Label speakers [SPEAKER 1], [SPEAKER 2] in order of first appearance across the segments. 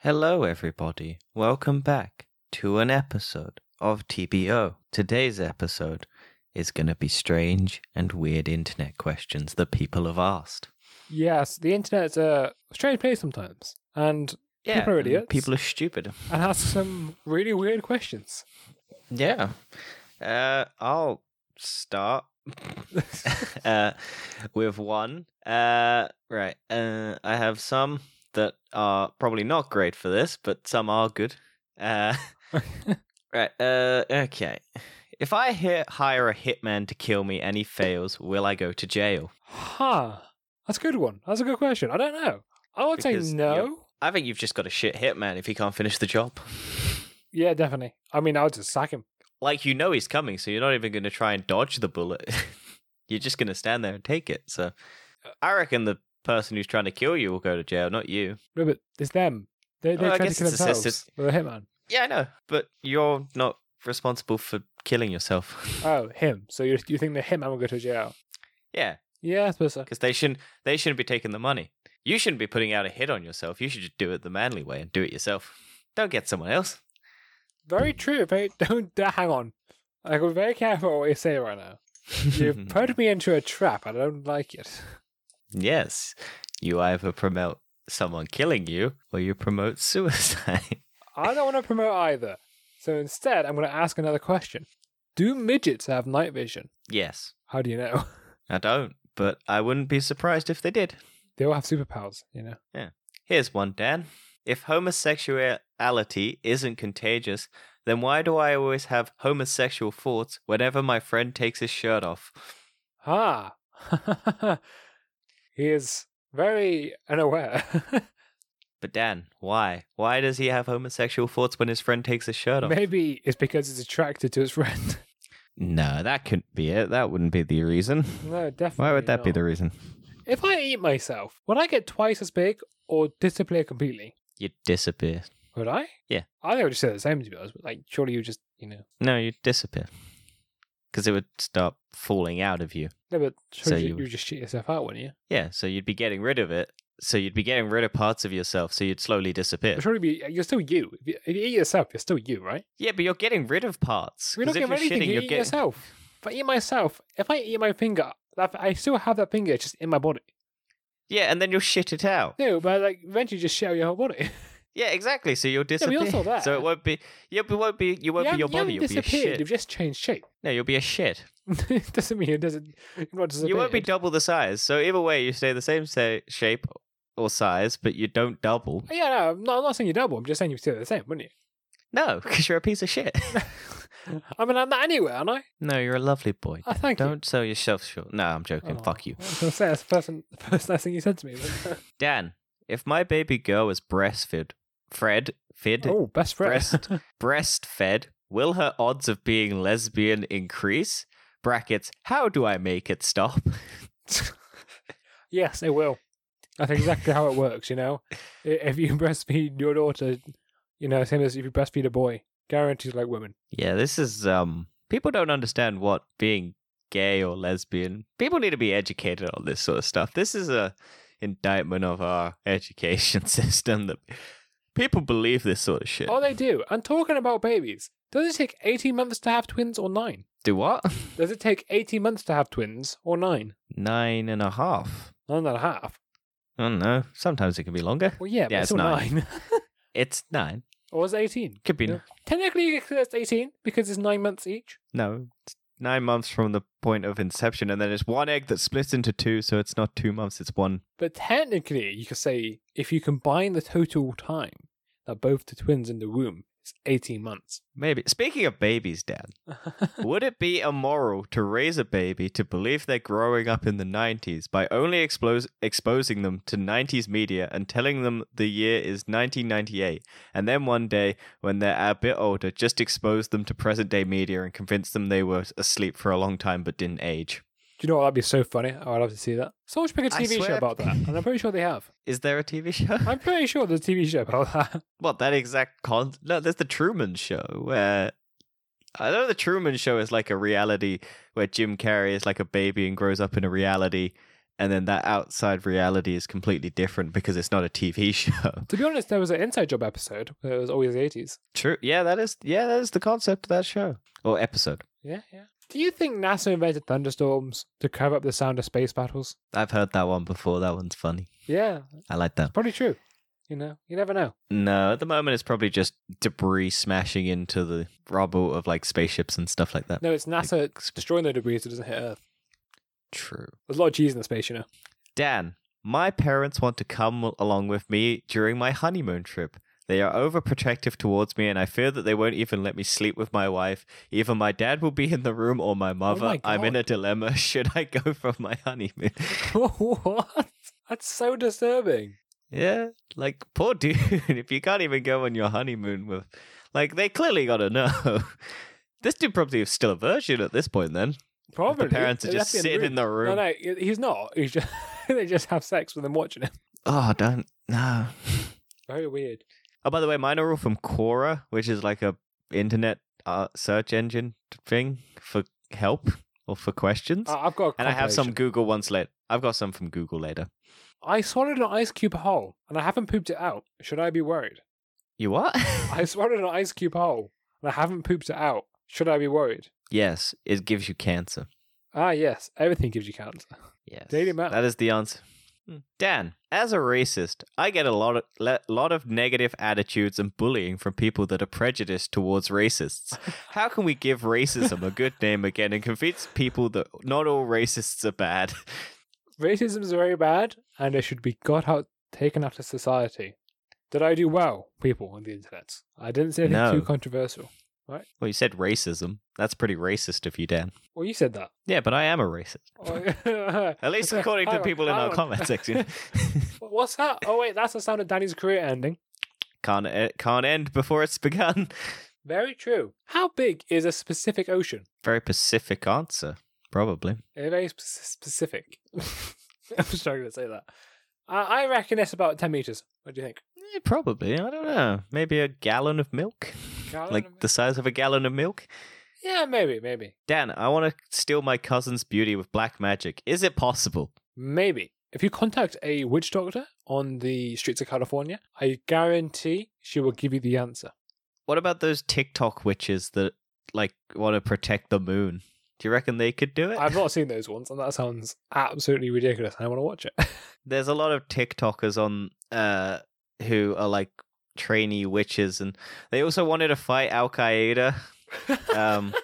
[SPEAKER 1] Hello, everybody. Welcome back to an episode of TBO. Today's episode is going to be strange and weird internet questions that people have asked.
[SPEAKER 2] Yes, the internet's a strange place sometimes, and
[SPEAKER 1] Yeah,
[SPEAKER 2] People are
[SPEAKER 1] and
[SPEAKER 2] idiots.
[SPEAKER 1] People are stupid.
[SPEAKER 2] and asks some really weird questions.
[SPEAKER 1] Yeah. Uh, I'll start uh, with one. Uh, right. Uh, I have some that are probably not great for this, but some are good. Uh, right. Uh, okay. If I hi- hire a hitman to kill me and he fails, will I go to jail?
[SPEAKER 2] huh. That's a good one. That's a good question. I don't know. I would
[SPEAKER 1] Because
[SPEAKER 2] say
[SPEAKER 1] you're-
[SPEAKER 2] no.
[SPEAKER 1] I think you've just got a shit hitman if he can't finish the job.
[SPEAKER 2] Yeah, definitely. I mean, I would just sack him.
[SPEAKER 1] Like, you know he's coming, so you're not even going to try and dodge the bullet. you're just going to stand there and take it. So I reckon the person who's trying to kill you will go to jail, not you.
[SPEAKER 2] No, but it's them. They they
[SPEAKER 1] Well, Oh, I
[SPEAKER 2] tried to
[SPEAKER 1] guess
[SPEAKER 2] kill
[SPEAKER 1] it's
[SPEAKER 2] themselves.
[SPEAKER 1] assisted.
[SPEAKER 2] They're a hitman.
[SPEAKER 1] Yeah, I know, but you're not responsible for killing yourself.
[SPEAKER 2] Oh, him. So you you think the hitman will go to jail?
[SPEAKER 1] yeah,
[SPEAKER 2] Yeah, I suppose so.
[SPEAKER 1] because they shouldn't they shouldn't be taking the money. You shouldn't be putting out a hit on yourself. You should just do it the manly way and do it yourself. Don't get someone else.
[SPEAKER 2] Very true. Very. Don't hang on. I gotta be very careful what you say right now. You've put me into a trap. I don't like it.
[SPEAKER 1] yes, you either promote someone killing you or you promote suicide.
[SPEAKER 2] I don't want to promote either. So instead, I'm going to ask another question. Do midgets have night vision?
[SPEAKER 1] yes,
[SPEAKER 2] How do you know?
[SPEAKER 1] I don't, but I wouldn't be surprised if they did.
[SPEAKER 2] They all have superpowers, you know?
[SPEAKER 1] Here's one, Dan. If homosexuality isn't contagious, then why do I always have homosexual thoughts whenever my friend takes his shirt off?
[SPEAKER 2] Ha! he is very unaware.
[SPEAKER 1] But Dan, why? Why does he have homosexual thoughts when his friend takes his shirt off?
[SPEAKER 2] Maybe it's because he's attracted to his friend.
[SPEAKER 1] No, that couldn't be it. That wouldn't be the reason.
[SPEAKER 2] no, definitely.
[SPEAKER 1] Why would that be
[SPEAKER 2] not.
[SPEAKER 1] the reason?
[SPEAKER 2] If I eat myself, would I get twice as big or disappear completely?
[SPEAKER 1] You'd disappear.
[SPEAKER 2] Would I?
[SPEAKER 1] Yeah.
[SPEAKER 2] I think I would just say the same to be honest, but like, surely you just, you know.
[SPEAKER 1] No, you'd disappear. Because it would start falling out of you.
[SPEAKER 2] No, but
[SPEAKER 1] So
[SPEAKER 2] surely
[SPEAKER 1] you
[SPEAKER 2] you,
[SPEAKER 1] would-
[SPEAKER 2] you would just shit yourself out, wouldn't you?
[SPEAKER 1] Yeah, so you'd be getting rid of it. So you'd be getting rid of parts of yourself, so you'd slowly disappear.
[SPEAKER 2] Surely be, uh, you're still you. If you. If you eat yourself, you're still you, right?
[SPEAKER 1] Yeah, but you're getting rid of parts.
[SPEAKER 2] We're
[SPEAKER 1] 'Cause
[SPEAKER 2] not
[SPEAKER 1] if
[SPEAKER 2] getting
[SPEAKER 1] you're
[SPEAKER 2] rid of anything.
[SPEAKER 1] shitting,
[SPEAKER 2] You
[SPEAKER 1] you're
[SPEAKER 2] eat
[SPEAKER 1] getting-
[SPEAKER 2] yourself. If I eat myself, if I eat my finger, that, I still have that finger it's just in my body.
[SPEAKER 1] Yeah, and then you'll shit it out.
[SPEAKER 2] No, but like eventually, you just share your whole body.
[SPEAKER 1] Yeah, exactly. So you'll
[SPEAKER 2] but
[SPEAKER 1] disappear.
[SPEAKER 2] you're still there.
[SPEAKER 1] So it won't be. Yeah, but it won't be. You won't
[SPEAKER 2] you
[SPEAKER 1] be your
[SPEAKER 2] haven't- you
[SPEAKER 1] body.
[SPEAKER 2] haven't
[SPEAKER 1] You'll be a
[SPEAKER 2] disappeared.
[SPEAKER 1] shit.
[SPEAKER 2] You've just changed shape.
[SPEAKER 1] No, you'll be a shit.
[SPEAKER 2] it doesn't mean it doesn't. You're not disappeared.
[SPEAKER 1] You won't be double the size. So either way, you stay the same sa- shape or size, but you don't double.
[SPEAKER 2] Oh, yeah, no, I'm not, I'm not saying you double. I'm just saying you're still the same, wouldn't
[SPEAKER 1] No, because you're a piece of shit.
[SPEAKER 2] you? I mean, I'm not anywhere, aren't I?
[SPEAKER 1] no, you're a lovely boy.
[SPEAKER 2] I thank you.
[SPEAKER 1] Don't sell yourself short. No, I'm joking.
[SPEAKER 2] Oh,
[SPEAKER 1] Fuck you,
[SPEAKER 2] I was gonna say that's the first, the first nice thing you said to me. wasn't
[SPEAKER 1] Dan. If my baby girl is breastfed, Fred,
[SPEAKER 2] it?
[SPEAKER 1] fed,
[SPEAKER 2] oh, best friend.
[SPEAKER 1] Breast. breastfed, will her odds of being lesbian increase? Brackets, how do I make it stop?
[SPEAKER 2] Yes, it will. That's exactly how it works, you know? I- If you breastfeed your daughter, you know, same as if you breastfeed a boy, guarantees like women.
[SPEAKER 1] Yeah, this is um people don't understand what being gay or lesbian. People need to be educated on this sort of stuff. This is a indictment of our education system that people believe this sort of shit.
[SPEAKER 2] Oh, they do. And talking about babies, does it take 18 months to have twins or nine?
[SPEAKER 1] Do what?
[SPEAKER 2] Does it take 18 months to have twins or nine?
[SPEAKER 1] Nine and a half.
[SPEAKER 2] Nine and a half.
[SPEAKER 1] I don't know. Sometimes it can be longer.
[SPEAKER 2] Well, yeah, but
[SPEAKER 1] Yeah, it's
[SPEAKER 2] it's still
[SPEAKER 1] nine.
[SPEAKER 2] nine.
[SPEAKER 1] It's nine.
[SPEAKER 2] or is it 18?
[SPEAKER 1] Could be
[SPEAKER 2] Yeah. Technically, it's 18 because it's nine months each.
[SPEAKER 1] No, it's nine months from the point of inception, and then it's one egg that splits into two, so it's not two months, it's one.
[SPEAKER 2] But technically, you could say if you combine the total time that both the twins in the womb, it's 18 months.
[SPEAKER 1] Maybe. Speaking of babies, Dad, would it be immoral to raise a baby to believe they're growing up in the 90s by only expose- exposing them to 90s media and telling them the year is 1998, and then one day, when they're a bit older, just expose them to present day media and convince them they were asleep for a long time but didn't age?
[SPEAKER 2] Do you know what? That'd be so funny. I would love to see that. Someone should make a
[SPEAKER 1] I
[SPEAKER 2] TV show
[SPEAKER 1] swear-
[SPEAKER 2] about that. And I'm pretty sure they have.
[SPEAKER 1] Is there a TV show?
[SPEAKER 2] I'm pretty sure there's a TV show about that.
[SPEAKER 1] Well, that exact con. No, there's the Truman Show where I know the Truman Show is like a reality where Jim Carrey is like a baby and grows up in a reality, and then that outside reality is completely different because it's not a TV show.
[SPEAKER 2] To be honest, there was an Inside Job episode. It was always the 80s.
[SPEAKER 1] True. Yeah, that is yeah, that is the concept of that show or episode.
[SPEAKER 2] Yeah, yeah. Do you think NASA invented thunderstorms to cover up the sound of space battles?
[SPEAKER 1] I've heard that one before. That one's funny.
[SPEAKER 2] Yeah,
[SPEAKER 1] I like that.
[SPEAKER 2] probably true. You know, you never know.
[SPEAKER 1] No, at the moment it's probably just debris smashing into the rubble of like spaceships and stuff like that.
[SPEAKER 2] No, it's NASA destroying the debris so it doesn't hit Earth.
[SPEAKER 1] True.
[SPEAKER 2] There's a lot of cheese in the space, you know.
[SPEAKER 1] Dan, my parents want to come along with me during my honeymoon trip. They are overprotective towards me, and I fear that they won't even let me sleep with my wife. Either my dad will be in the room or my mother.
[SPEAKER 2] Oh my
[SPEAKER 1] I'm in
[SPEAKER 2] God.
[SPEAKER 1] a dilemma. Should I go for my honeymoon?
[SPEAKER 2] what? That's so disturbing.
[SPEAKER 1] yeah, like poor dude. if you can't even go on your honeymoon with, like, they clearly gotta know. this dude probably is still a virgin at this point. Then
[SPEAKER 2] Probably.
[SPEAKER 1] the parents are
[SPEAKER 2] They
[SPEAKER 1] just
[SPEAKER 2] left me
[SPEAKER 1] sitting in the room.
[SPEAKER 2] No, no, he- he's not. He's just, they just have sex with him watching him.
[SPEAKER 1] Oh, don't no.
[SPEAKER 2] Very weird.
[SPEAKER 1] Oh, by the way, mine are all from Quora, which is like a internet uh, search engine thing for help or for questions.
[SPEAKER 2] I- I've got. A
[SPEAKER 1] and I have some
[SPEAKER 2] Ah, compilation.
[SPEAKER 1] Google ones later. I've got some from Google later.
[SPEAKER 2] I swallowed an ice cube whole, and I haven't pooped it out. Should I be worried?
[SPEAKER 1] You what?
[SPEAKER 2] I swallowed an ice cube whole, and I haven't pooped it out. Should I be worried?
[SPEAKER 1] yes, it gives you cancer.
[SPEAKER 2] Ah, yes. Everything gives you cancer.
[SPEAKER 1] Yes,
[SPEAKER 2] Daily Mail.
[SPEAKER 1] that is the answer. Dan, as a racist, I get a lot of le- lot of negative attitudes and bullying from people that are prejudiced towards racists. How can we give racism a good name again and convince people that not all racists are bad?
[SPEAKER 2] Racism is very bad, and it should be got out, taken out of society. Did I do well, people on the internet? I didn't say anything
[SPEAKER 1] No.
[SPEAKER 2] too controversial.
[SPEAKER 1] Well, you said racism. That's pretty racist of you, Dan.
[SPEAKER 2] Well, you said that.
[SPEAKER 1] Yeah, but I am a racist. At least according
[SPEAKER 2] Oh,
[SPEAKER 1] to people in our comment section.
[SPEAKER 2] What's that? Oh wait, that's the sound of Danny's career ending.
[SPEAKER 1] can't it can't end before it's begun.
[SPEAKER 2] Very true. How big is a specific ocean?
[SPEAKER 1] Very Pacific answer, probably.
[SPEAKER 2] Uh, very sp- specific. I'm struggling to say that. I I reckon it's about ten meters. What do you think?
[SPEAKER 1] Eh, probably. I don't know. Maybe a gallon of milk,
[SPEAKER 2] Gallon
[SPEAKER 1] like
[SPEAKER 2] of milk?
[SPEAKER 1] the size of a gallon of milk.
[SPEAKER 2] Yeah, maybe, maybe,
[SPEAKER 1] Dan, I want to steal my cousin's beauty with black magic. Is it possible?
[SPEAKER 2] maybe. If you contact a witch doctor on the streets of California, I guarantee she will give you the answer.
[SPEAKER 1] What about those TikTok witches that like want to protect the moon? Do you reckon they could do it?
[SPEAKER 2] I've not seen those ones, and that sounds absolutely ridiculous. and I want to watch it.
[SPEAKER 1] there's a lot of TikTokers on uh who are like trainee witches and they also wanted to fight Al Qaeda um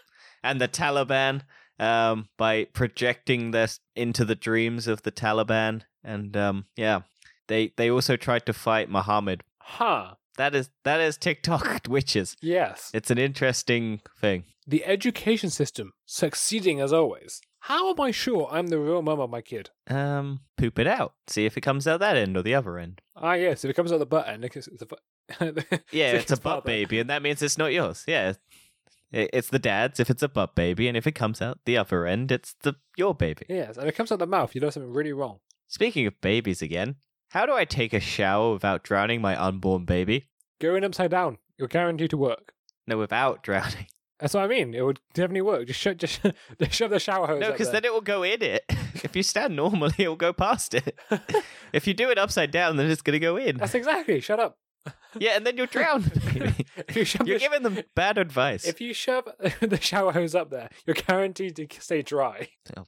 [SPEAKER 1] and the Taliban um by projecting this into the dreams of the Taliban and um yeah they they also tried to fight Muhammad
[SPEAKER 2] huh?
[SPEAKER 1] that is that is TikTok witches
[SPEAKER 2] Yes.
[SPEAKER 1] it's an interesting thing
[SPEAKER 2] the education system succeeding as always. How am I sure I'm the real mum of my kid?
[SPEAKER 1] um poop it out see if it comes out that end or the other end
[SPEAKER 2] Ah, yes, if it comes out the butt end, it's, it's a butt.
[SPEAKER 1] Yeah,
[SPEAKER 2] So
[SPEAKER 1] it's a
[SPEAKER 2] his
[SPEAKER 1] butt
[SPEAKER 2] father-
[SPEAKER 1] baby, and that means it's not yours. Yeah, I- it's the dad's if it's a butt baby, and if it comes out the other end, it's the your baby.
[SPEAKER 2] yes, and if it comes out the mouth, you know something really wrong.
[SPEAKER 1] Speaking of babies again, how do I take a shower without drowning my unborn baby?
[SPEAKER 2] Go in upside down. You're guaranteed to work.
[SPEAKER 1] No, without drowning.
[SPEAKER 2] That's what I mean. It would definitely work. Just shove, just, just shove Oh, the shower hose.
[SPEAKER 1] No,
[SPEAKER 2] up
[SPEAKER 1] because
[SPEAKER 2] there.
[SPEAKER 1] then it will go in it. if you stand normally, it will go past it. if you do it upside down, then it's gonna go in.
[SPEAKER 2] That's exactly. Shut up.
[SPEAKER 1] Yeah, and then you'll drown. the baby.
[SPEAKER 2] If you shove,
[SPEAKER 1] You're
[SPEAKER 2] the, sh-
[SPEAKER 1] giving them bad advice.
[SPEAKER 2] if you shove the shower hose up there, you're guaranteed to stay dry.
[SPEAKER 1] Oh.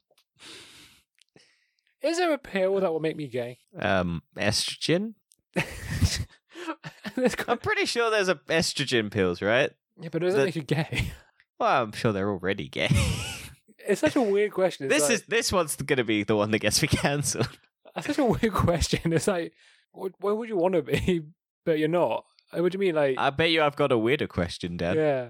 [SPEAKER 2] Is there a pill that will make me gay?
[SPEAKER 1] Um, estrogen.
[SPEAKER 2] There's got-
[SPEAKER 1] I'm pretty sure there's a estrogen pills, right?
[SPEAKER 2] Yeah, but it doesn't
[SPEAKER 1] Um, The-
[SPEAKER 2] make you gay.
[SPEAKER 1] Well, I'm sure they're already gay.
[SPEAKER 2] It's such a weird question. It's
[SPEAKER 1] this
[SPEAKER 2] like-
[SPEAKER 1] is this one's going to be the one that gets me cancelled.
[SPEAKER 2] that's such a weird question. It's like, wh- where would you want to be, but you're not? Uh, What do you mean, like,
[SPEAKER 1] I bet you I've got a weirder question, Dan.
[SPEAKER 2] yeah,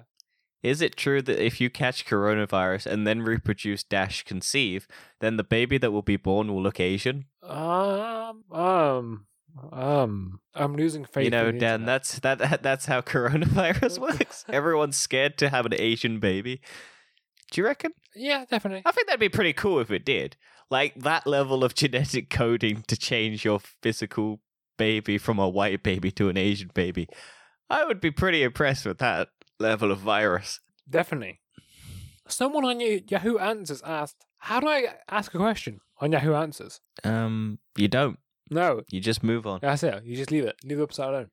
[SPEAKER 1] Is it true that if you catch coronavirus and then reproduce dash conceive, then the baby that will be born will look Asian?
[SPEAKER 2] um, um, um, I'm losing faith.
[SPEAKER 1] you know,
[SPEAKER 2] in the
[SPEAKER 1] Dan,
[SPEAKER 2] internet.
[SPEAKER 1] that's that, that that's how coronavirus works. Everyone's scared to have an Asian baby. Do you reckon?
[SPEAKER 2] yeah, definitely.
[SPEAKER 1] I think that'd be pretty cool if it did. Like that level of genetic coding to change your physical baby from a white baby to an Asian baby. I would be pretty impressed with that level of virus.
[SPEAKER 2] Definitely. Someone on your Yahoo Answers asked, "How do I ask a question?" on Yahoo Answers.
[SPEAKER 1] Um, you don't.
[SPEAKER 2] No,
[SPEAKER 1] You just move on.
[SPEAKER 2] that's it. You just leave it. Leave the website alone.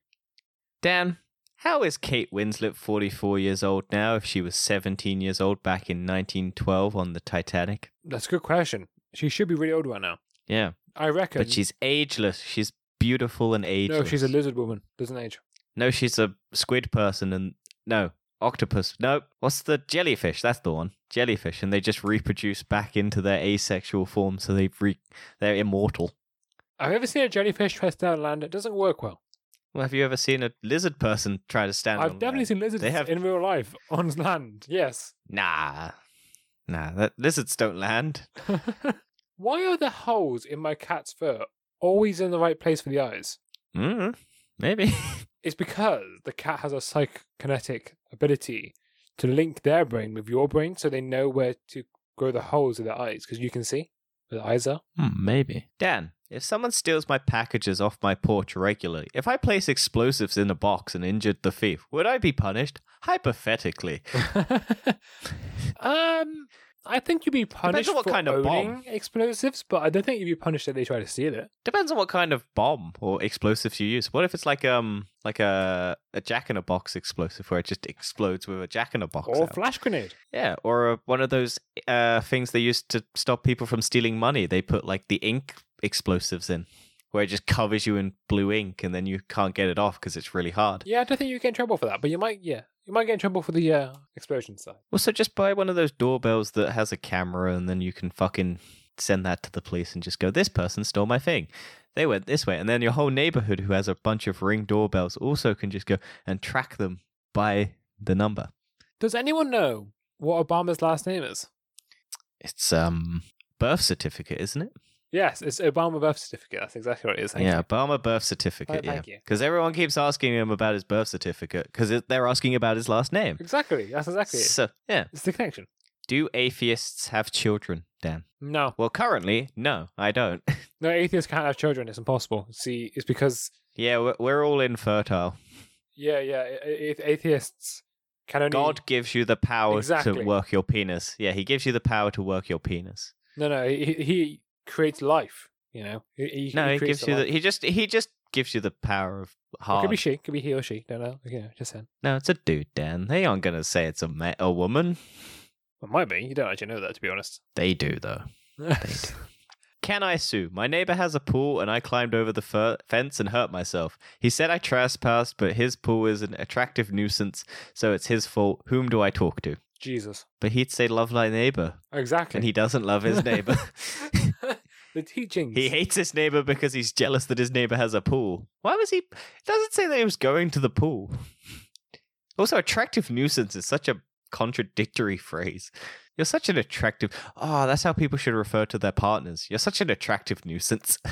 [SPEAKER 1] Dan, how is Kate Winslet 44 years old now if she was 17 years old back in 1912 on the Titanic?
[SPEAKER 2] That's a good question. She should be really old right now.
[SPEAKER 1] Yeah,
[SPEAKER 2] I reckon.
[SPEAKER 1] but she's ageless. She's beautiful and ageless.
[SPEAKER 2] no, she's a lizard woman. Doesn't age.
[SPEAKER 1] No, she's a squid person and no, octopus. No, what's the jellyfish? That's the one. Jellyfish and they just reproduce back into their asexual form so they re- they're immortal.
[SPEAKER 2] I've ever seen a jellyfish try to stand on land. It doesn't work well.
[SPEAKER 1] Well, have you ever seen a lizard person try to stand
[SPEAKER 2] I've
[SPEAKER 1] on
[SPEAKER 2] definitely
[SPEAKER 1] land?
[SPEAKER 2] seen lizards
[SPEAKER 1] They have-
[SPEAKER 2] in real life on land. Yes.
[SPEAKER 1] Nah. Nah, that lizards don't land.
[SPEAKER 2] Why are the holes in my cat's fur always in the right place for the eyes?
[SPEAKER 1] Mm, maybe.
[SPEAKER 2] It's because the cat has a psychokinetic ability to link their brain with your brain so they know where to grow the holes in their eyes because you can see where the eyes are.
[SPEAKER 1] Hmm, maybe. Dan, if someone steals my packages off my porch regularly, if I place explosives in a box and injured the thief, would I be punished? Hypothetically.
[SPEAKER 2] um, I think you'd be punished
[SPEAKER 1] on what
[SPEAKER 2] for
[SPEAKER 1] kind of bomb.
[SPEAKER 2] owning explosives, but I don't think you'd be punished if they try to steal it.
[SPEAKER 1] Depends on what kind of bomb or explosives you use. What if it's like um like a a jack in a box explosive where it just explodes with a jack in a box?
[SPEAKER 2] Or a
[SPEAKER 1] out?
[SPEAKER 2] flash grenade.
[SPEAKER 1] yeah, or a, one of those uh things they use to stop people from stealing money. They put like the ink explosives in, where it just covers you in blue ink and then you can't get it off because it's really hard.
[SPEAKER 2] Yeah, I don't think you get in trouble for that, but you might. Yeah, you might get in trouble for the uh, explosion side.
[SPEAKER 1] Also, just buy one of those doorbells that has a camera, and then you can fucking send that to the police and just go, This person stole my thing. They went this way. And then your whole neighborhood, who has a bunch of ring doorbells, also can just go and track them by the number.
[SPEAKER 2] Does anyone know what Obama's last name is?
[SPEAKER 1] It's um birth certificate, isn't it?
[SPEAKER 2] Yes, it's Obama birth certificate. That's exactly what it is. Thank
[SPEAKER 1] yeah,
[SPEAKER 2] you.
[SPEAKER 1] Obama birth certificate.
[SPEAKER 2] Oh, thank
[SPEAKER 1] yeah,
[SPEAKER 2] you.
[SPEAKER 1] because everyone keeps asking him about his birth certificate because they're asking about his last name.
[SPEAKER 2] exactly. That's exactly it.
[SPEAKER 1] So yeah,
[SPEAKER 2] It's the connection.
[SPEAKER 1] do atheists have children, Dan?
[SPEAKER 2] No,
[SPEAKER 1] Well, currently, no, I don't.
[SPEAKER 2] no, atheists can't have children. It's impossible. See, it's because
[SPEAKER 1] yeah, we're, we're all infertile.
[SPEAKER 2] yeah, yeah, a- a- atheists can only
[SPEAKER 1] God gives you the power
[SPEAKER 2] Exactly.
[SPEAKER 1] to work your penis. Yeah, he gives you the power to work your penis.
[SPEAKER 2] No, no, he, he creates life. You know, he, he,
[SPEAKER 1] no, he,
[SPEAKER 2] creates
[SPEAKER 1] gives you the
[SPEAKER 2] life.
[SPEAKER 1] he just he just gives you the power of
[SPEAKER 2] Or it
[SPEAKER 1] hard.
[SPEAKER 2] could be she, could be he or she. Don't know. You know, just saying.
[SPEAKER 1] no, it's a dude, Dan. They aren't gonna say it's a ma- a woman.
[SPEAKER 2] Well, might be. You don't actually know that, to be honest.
[SPEAKER 1] They do though. Can I sue? My neighbor has a pool and I climbed over the fur- fence and hurt myself. He said I trespassed, but his pool is an attractive nuisance, so it's his fault. Whom do I talk to?
[SPEAKER 2] Jesus.
[SPEAKER 1] But he'd say love thy neighbor,
[SPEAKER 2] Exactly.
[SPEAKER 1] and he doesn't love his neighbor.
[SPEAKER 2] the teachings.
[SPEAKER 1] He hates his neighbor because he's jealous that his neighbor has a pool. Why was he? It doesn't say that he was going to the pool. Also, attractive nuisance is such a contradictory phrase. You're such an attractive. Oh, that's how people should refer to their partners. You're such an attractive nuisance.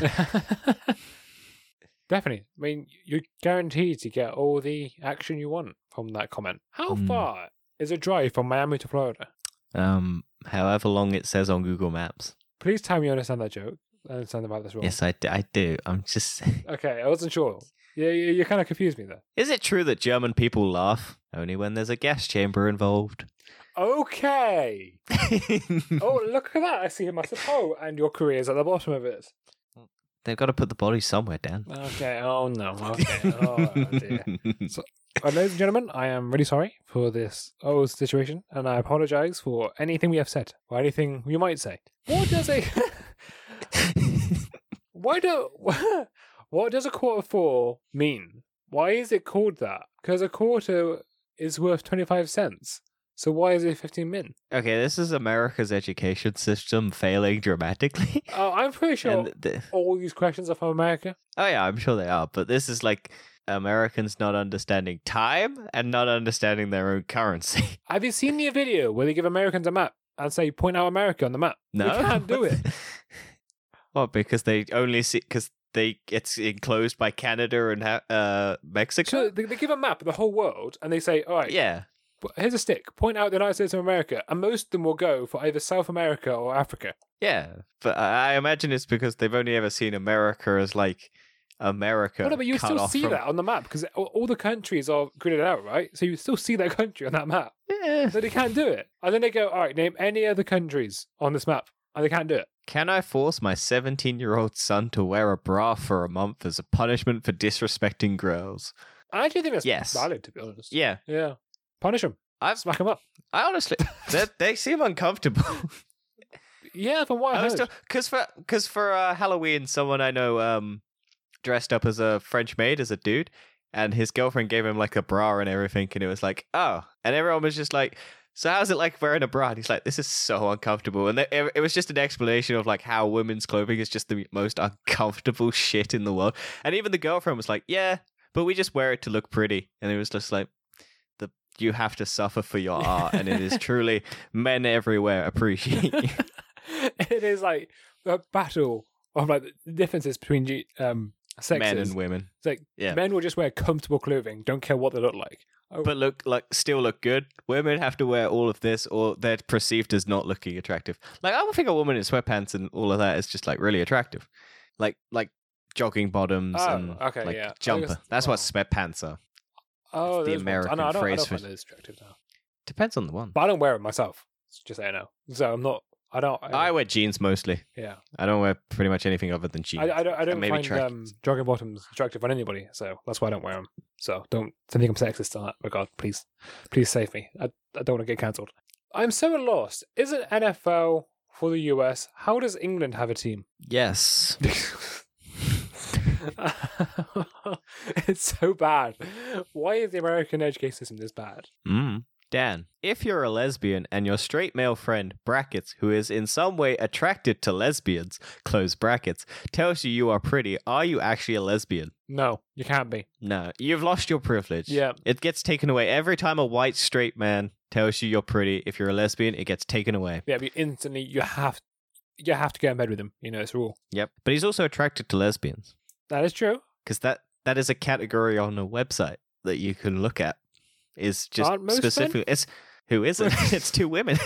[SPEAKER 2] Definitely. I mean, you're guaranteed to get all the action you want from that comment. How
[SPEAKER 1] Hmm.
[SPEAKER 2] far is a drive from Miami to Florida?
[SPEAKER 1] Um, however long it says on Google Maps.
[SPEAKER 2] Please tell me you understand that joke. I understand about this wrong.
[SPEAKER 1] Yes, I, d- I do. I'm just.
[SPEAKER 2] Okay, I wasn't sure. Yeah, you, you kind of confused me there.
[SPEAKER 1] Is it true that German people laugh only when there's a gas chamber involved?
[SPEAKER 2] Okay. Oh, look at that. I see him at the poll, and your career's at the bottom of it.
[SPEAKER 1] They've got to put the body somewhere, Dan.
[SPEAKER 2] Okay. Oh, no. Okay. Oh, dear. Uh, ladies and gentlemen, I am really sorry for this old situation, and I apologize for anything we have said or anything you might say. What does a why do what does a quarter four mean? Why is it called that? Because a quarter is worth twenty five cents. So why is it fifteen min?
[SPEAKER 1] Okay, this is America's education system failing dramatically.
[SPEAKER 2] Oh, I'm pretty sure
[SPEAKER 1] And th-
[SPEAKER 2] all these questions are from America.
[SPEAKER 1] oh yeah, I'm sure they are, but this is like Americans not understanding time and not understanding their own currency.
[SPEAKER 2] Have you seen the video where they give Americans a map and say point out America on the map?
[SPEAKER 1] No,
[SPEAKER 2] you can't do it.
[SPEAKER 1] Well, because they only see because they it's enclosed by Canada and ha- uh
[SPEAKER 2] So
[SPEAKER 1] Mexico.
[SPEAKER 2] they, they give a map of the whole world and they say, all right,
[SPEAKER 1] Yeah,
[SPEAKER 2] But here's a stick. Point out the United States of America, and most of them will go for either South America or Africa.
[SPEAKER 1] yeah, but I I imagine it's because they've only ever seen America as like America.
[SPEAKER 2] Well, no, but you
[SPEAKER 1] cut
[SPEAKER 2] still
[SPEAKER 1] off
[SPEAKER 2] see
[SPEAKER 1] from-
[SPEAKER 2] that on the map because all all the countries are gridded out, right? So you still see that country on that map.
[SPEAKER 1] Eh.
[SPEAKER 2] So they can't do it. And then they go, all right, name any other countries on this map. and they can't do it.
[SPEAKER 1] Can I force my 17 year old son to wear a bra for a month as a punishment for disrespecting girls?
[SPEAKER 2] I actually think that's
[SPEAKER 1] Yes.
[SPEAKER 2] valid, to be honest.
[SPEAKER 1] Yeah,
[SPEAKER 2] Yeah. Punish them.
[SPEAKER 1] I've-
[SPEAKER 2] Smack them up.
[SPEAKER 1] I honestly, they, they seem uncomfortable.
[SPEAKER 2] Yeah, from what I,
[SPEAKER 1] I was
[SPEAKER 2] heard.
[SPEAKER 1] because for because for uh, Halloween, someone I know um dressed up as a French maid as a dude, and his girlfriend gave him like a bra and everything, and it was like oh, and everyone was just like. So how's it like wearing a bra? And he's like, "This is so uncomfortable," and they- it it was just an explanation of like how women's clothing is just the most uncomfortable shit in the world. And even the girlfriend was like, "Yeah, but we just wear it to look pretty," and it was just like, "The you have to suffer for your art," and it is truly men everywhere appreciate you.
[SPEAKER 2] it is like a battle of like the differences between ge- um sexes.
[SPEAKER 1] men and women.
[SPEAKER 2] It's like
[SPEAKER 1] Yeah.
[SPEAKER 2] men will just wear comfortable clothing, don't care what they look like.
[SPEAKER 1] but look like still look good. Women have to wear all of this, or they're perceived as not looking attractive. Like I would think a woman in sweatpants and all of that is just like really attractive, like like jogging bottoms
[SPEAKER 2] Oh,
[SPEAKER 1] and
[SPEAKER 2] okay,
[SPEAKER 1] like
[SPEAKER 2] yeah. I guess-
[SPEAKER 1] jumper. That's what
[SPEAKER 2] oh.
[SPEAKER 1] sweatpants are.
[SPEAKER 2] Oh,
[SPEAKER 1] the
[SPEAKER 2] those ones. I
[SPEAKER 1] American
[SPEAKER 2] know, I don't, I
[SPEAKER 1] phrase
[SPEAKER 2] don't
[SPEAKER 1] for-
[SPEAKER 2] find those attractive now.
[SPEAKER 1] Depends on the one.
[SPEAKER 2] But I don't wear it myself. Just so you know. So I'm not. I don't. I,
[SPEAKER 1] I wear jeans mostly.
[SPEAKER 2] yeah.
[SPEAKER 1] I don't wear pretty much anything other than jeans.
[SPEAKER 2] I, I don't. I don't
[SPEAKER 1] maybe
[SPEAKER 2] find
[SPEAKER 1] track-
[SPEAKER 2] um, jogging bottoms attractive on anybody. So that's why I don't wear them. So don't, don't think I'm sexist on that regard. Please, please save me. I, I don't want to get cancelled. I'm so lost. Isn't NFL for the US? How does England have a team?
[SPEAKER 1] yes.
[SPEAKER 2] it's so bad. Why is the American education system this bad?
[SPEAKER 1] Mm. Dan, if you're a lesbian and your straight male friend, brackets, who is in some way attracted to lesbians, close brackets, tells you you are pretty, are you actually a lesbian?
[SPEAKER 2] No, you can't be.
[SPEAKER 1] No, you've lost your privilege.
[SPEAKER 2] Yeah.
[SPEAKER 1] It gets taken away. Every time a white straight man tells you you're pretty, if you're a lesbian, it gets taken away.
[SPEAKER 2] Yeah, but you instantly you have you have to get in bed with them. You know, it's a rule.
[SPEAKER 1] Yep. But he's also attracted to lesbians
[SPEAKER 2] That is true.
[SPEAKER 1] because that, that is a category on a website that you can look at. Is just
[SPEAKER 2] Aren't most men?
[SPEAKER 1] specifically it's who is it? it's two women.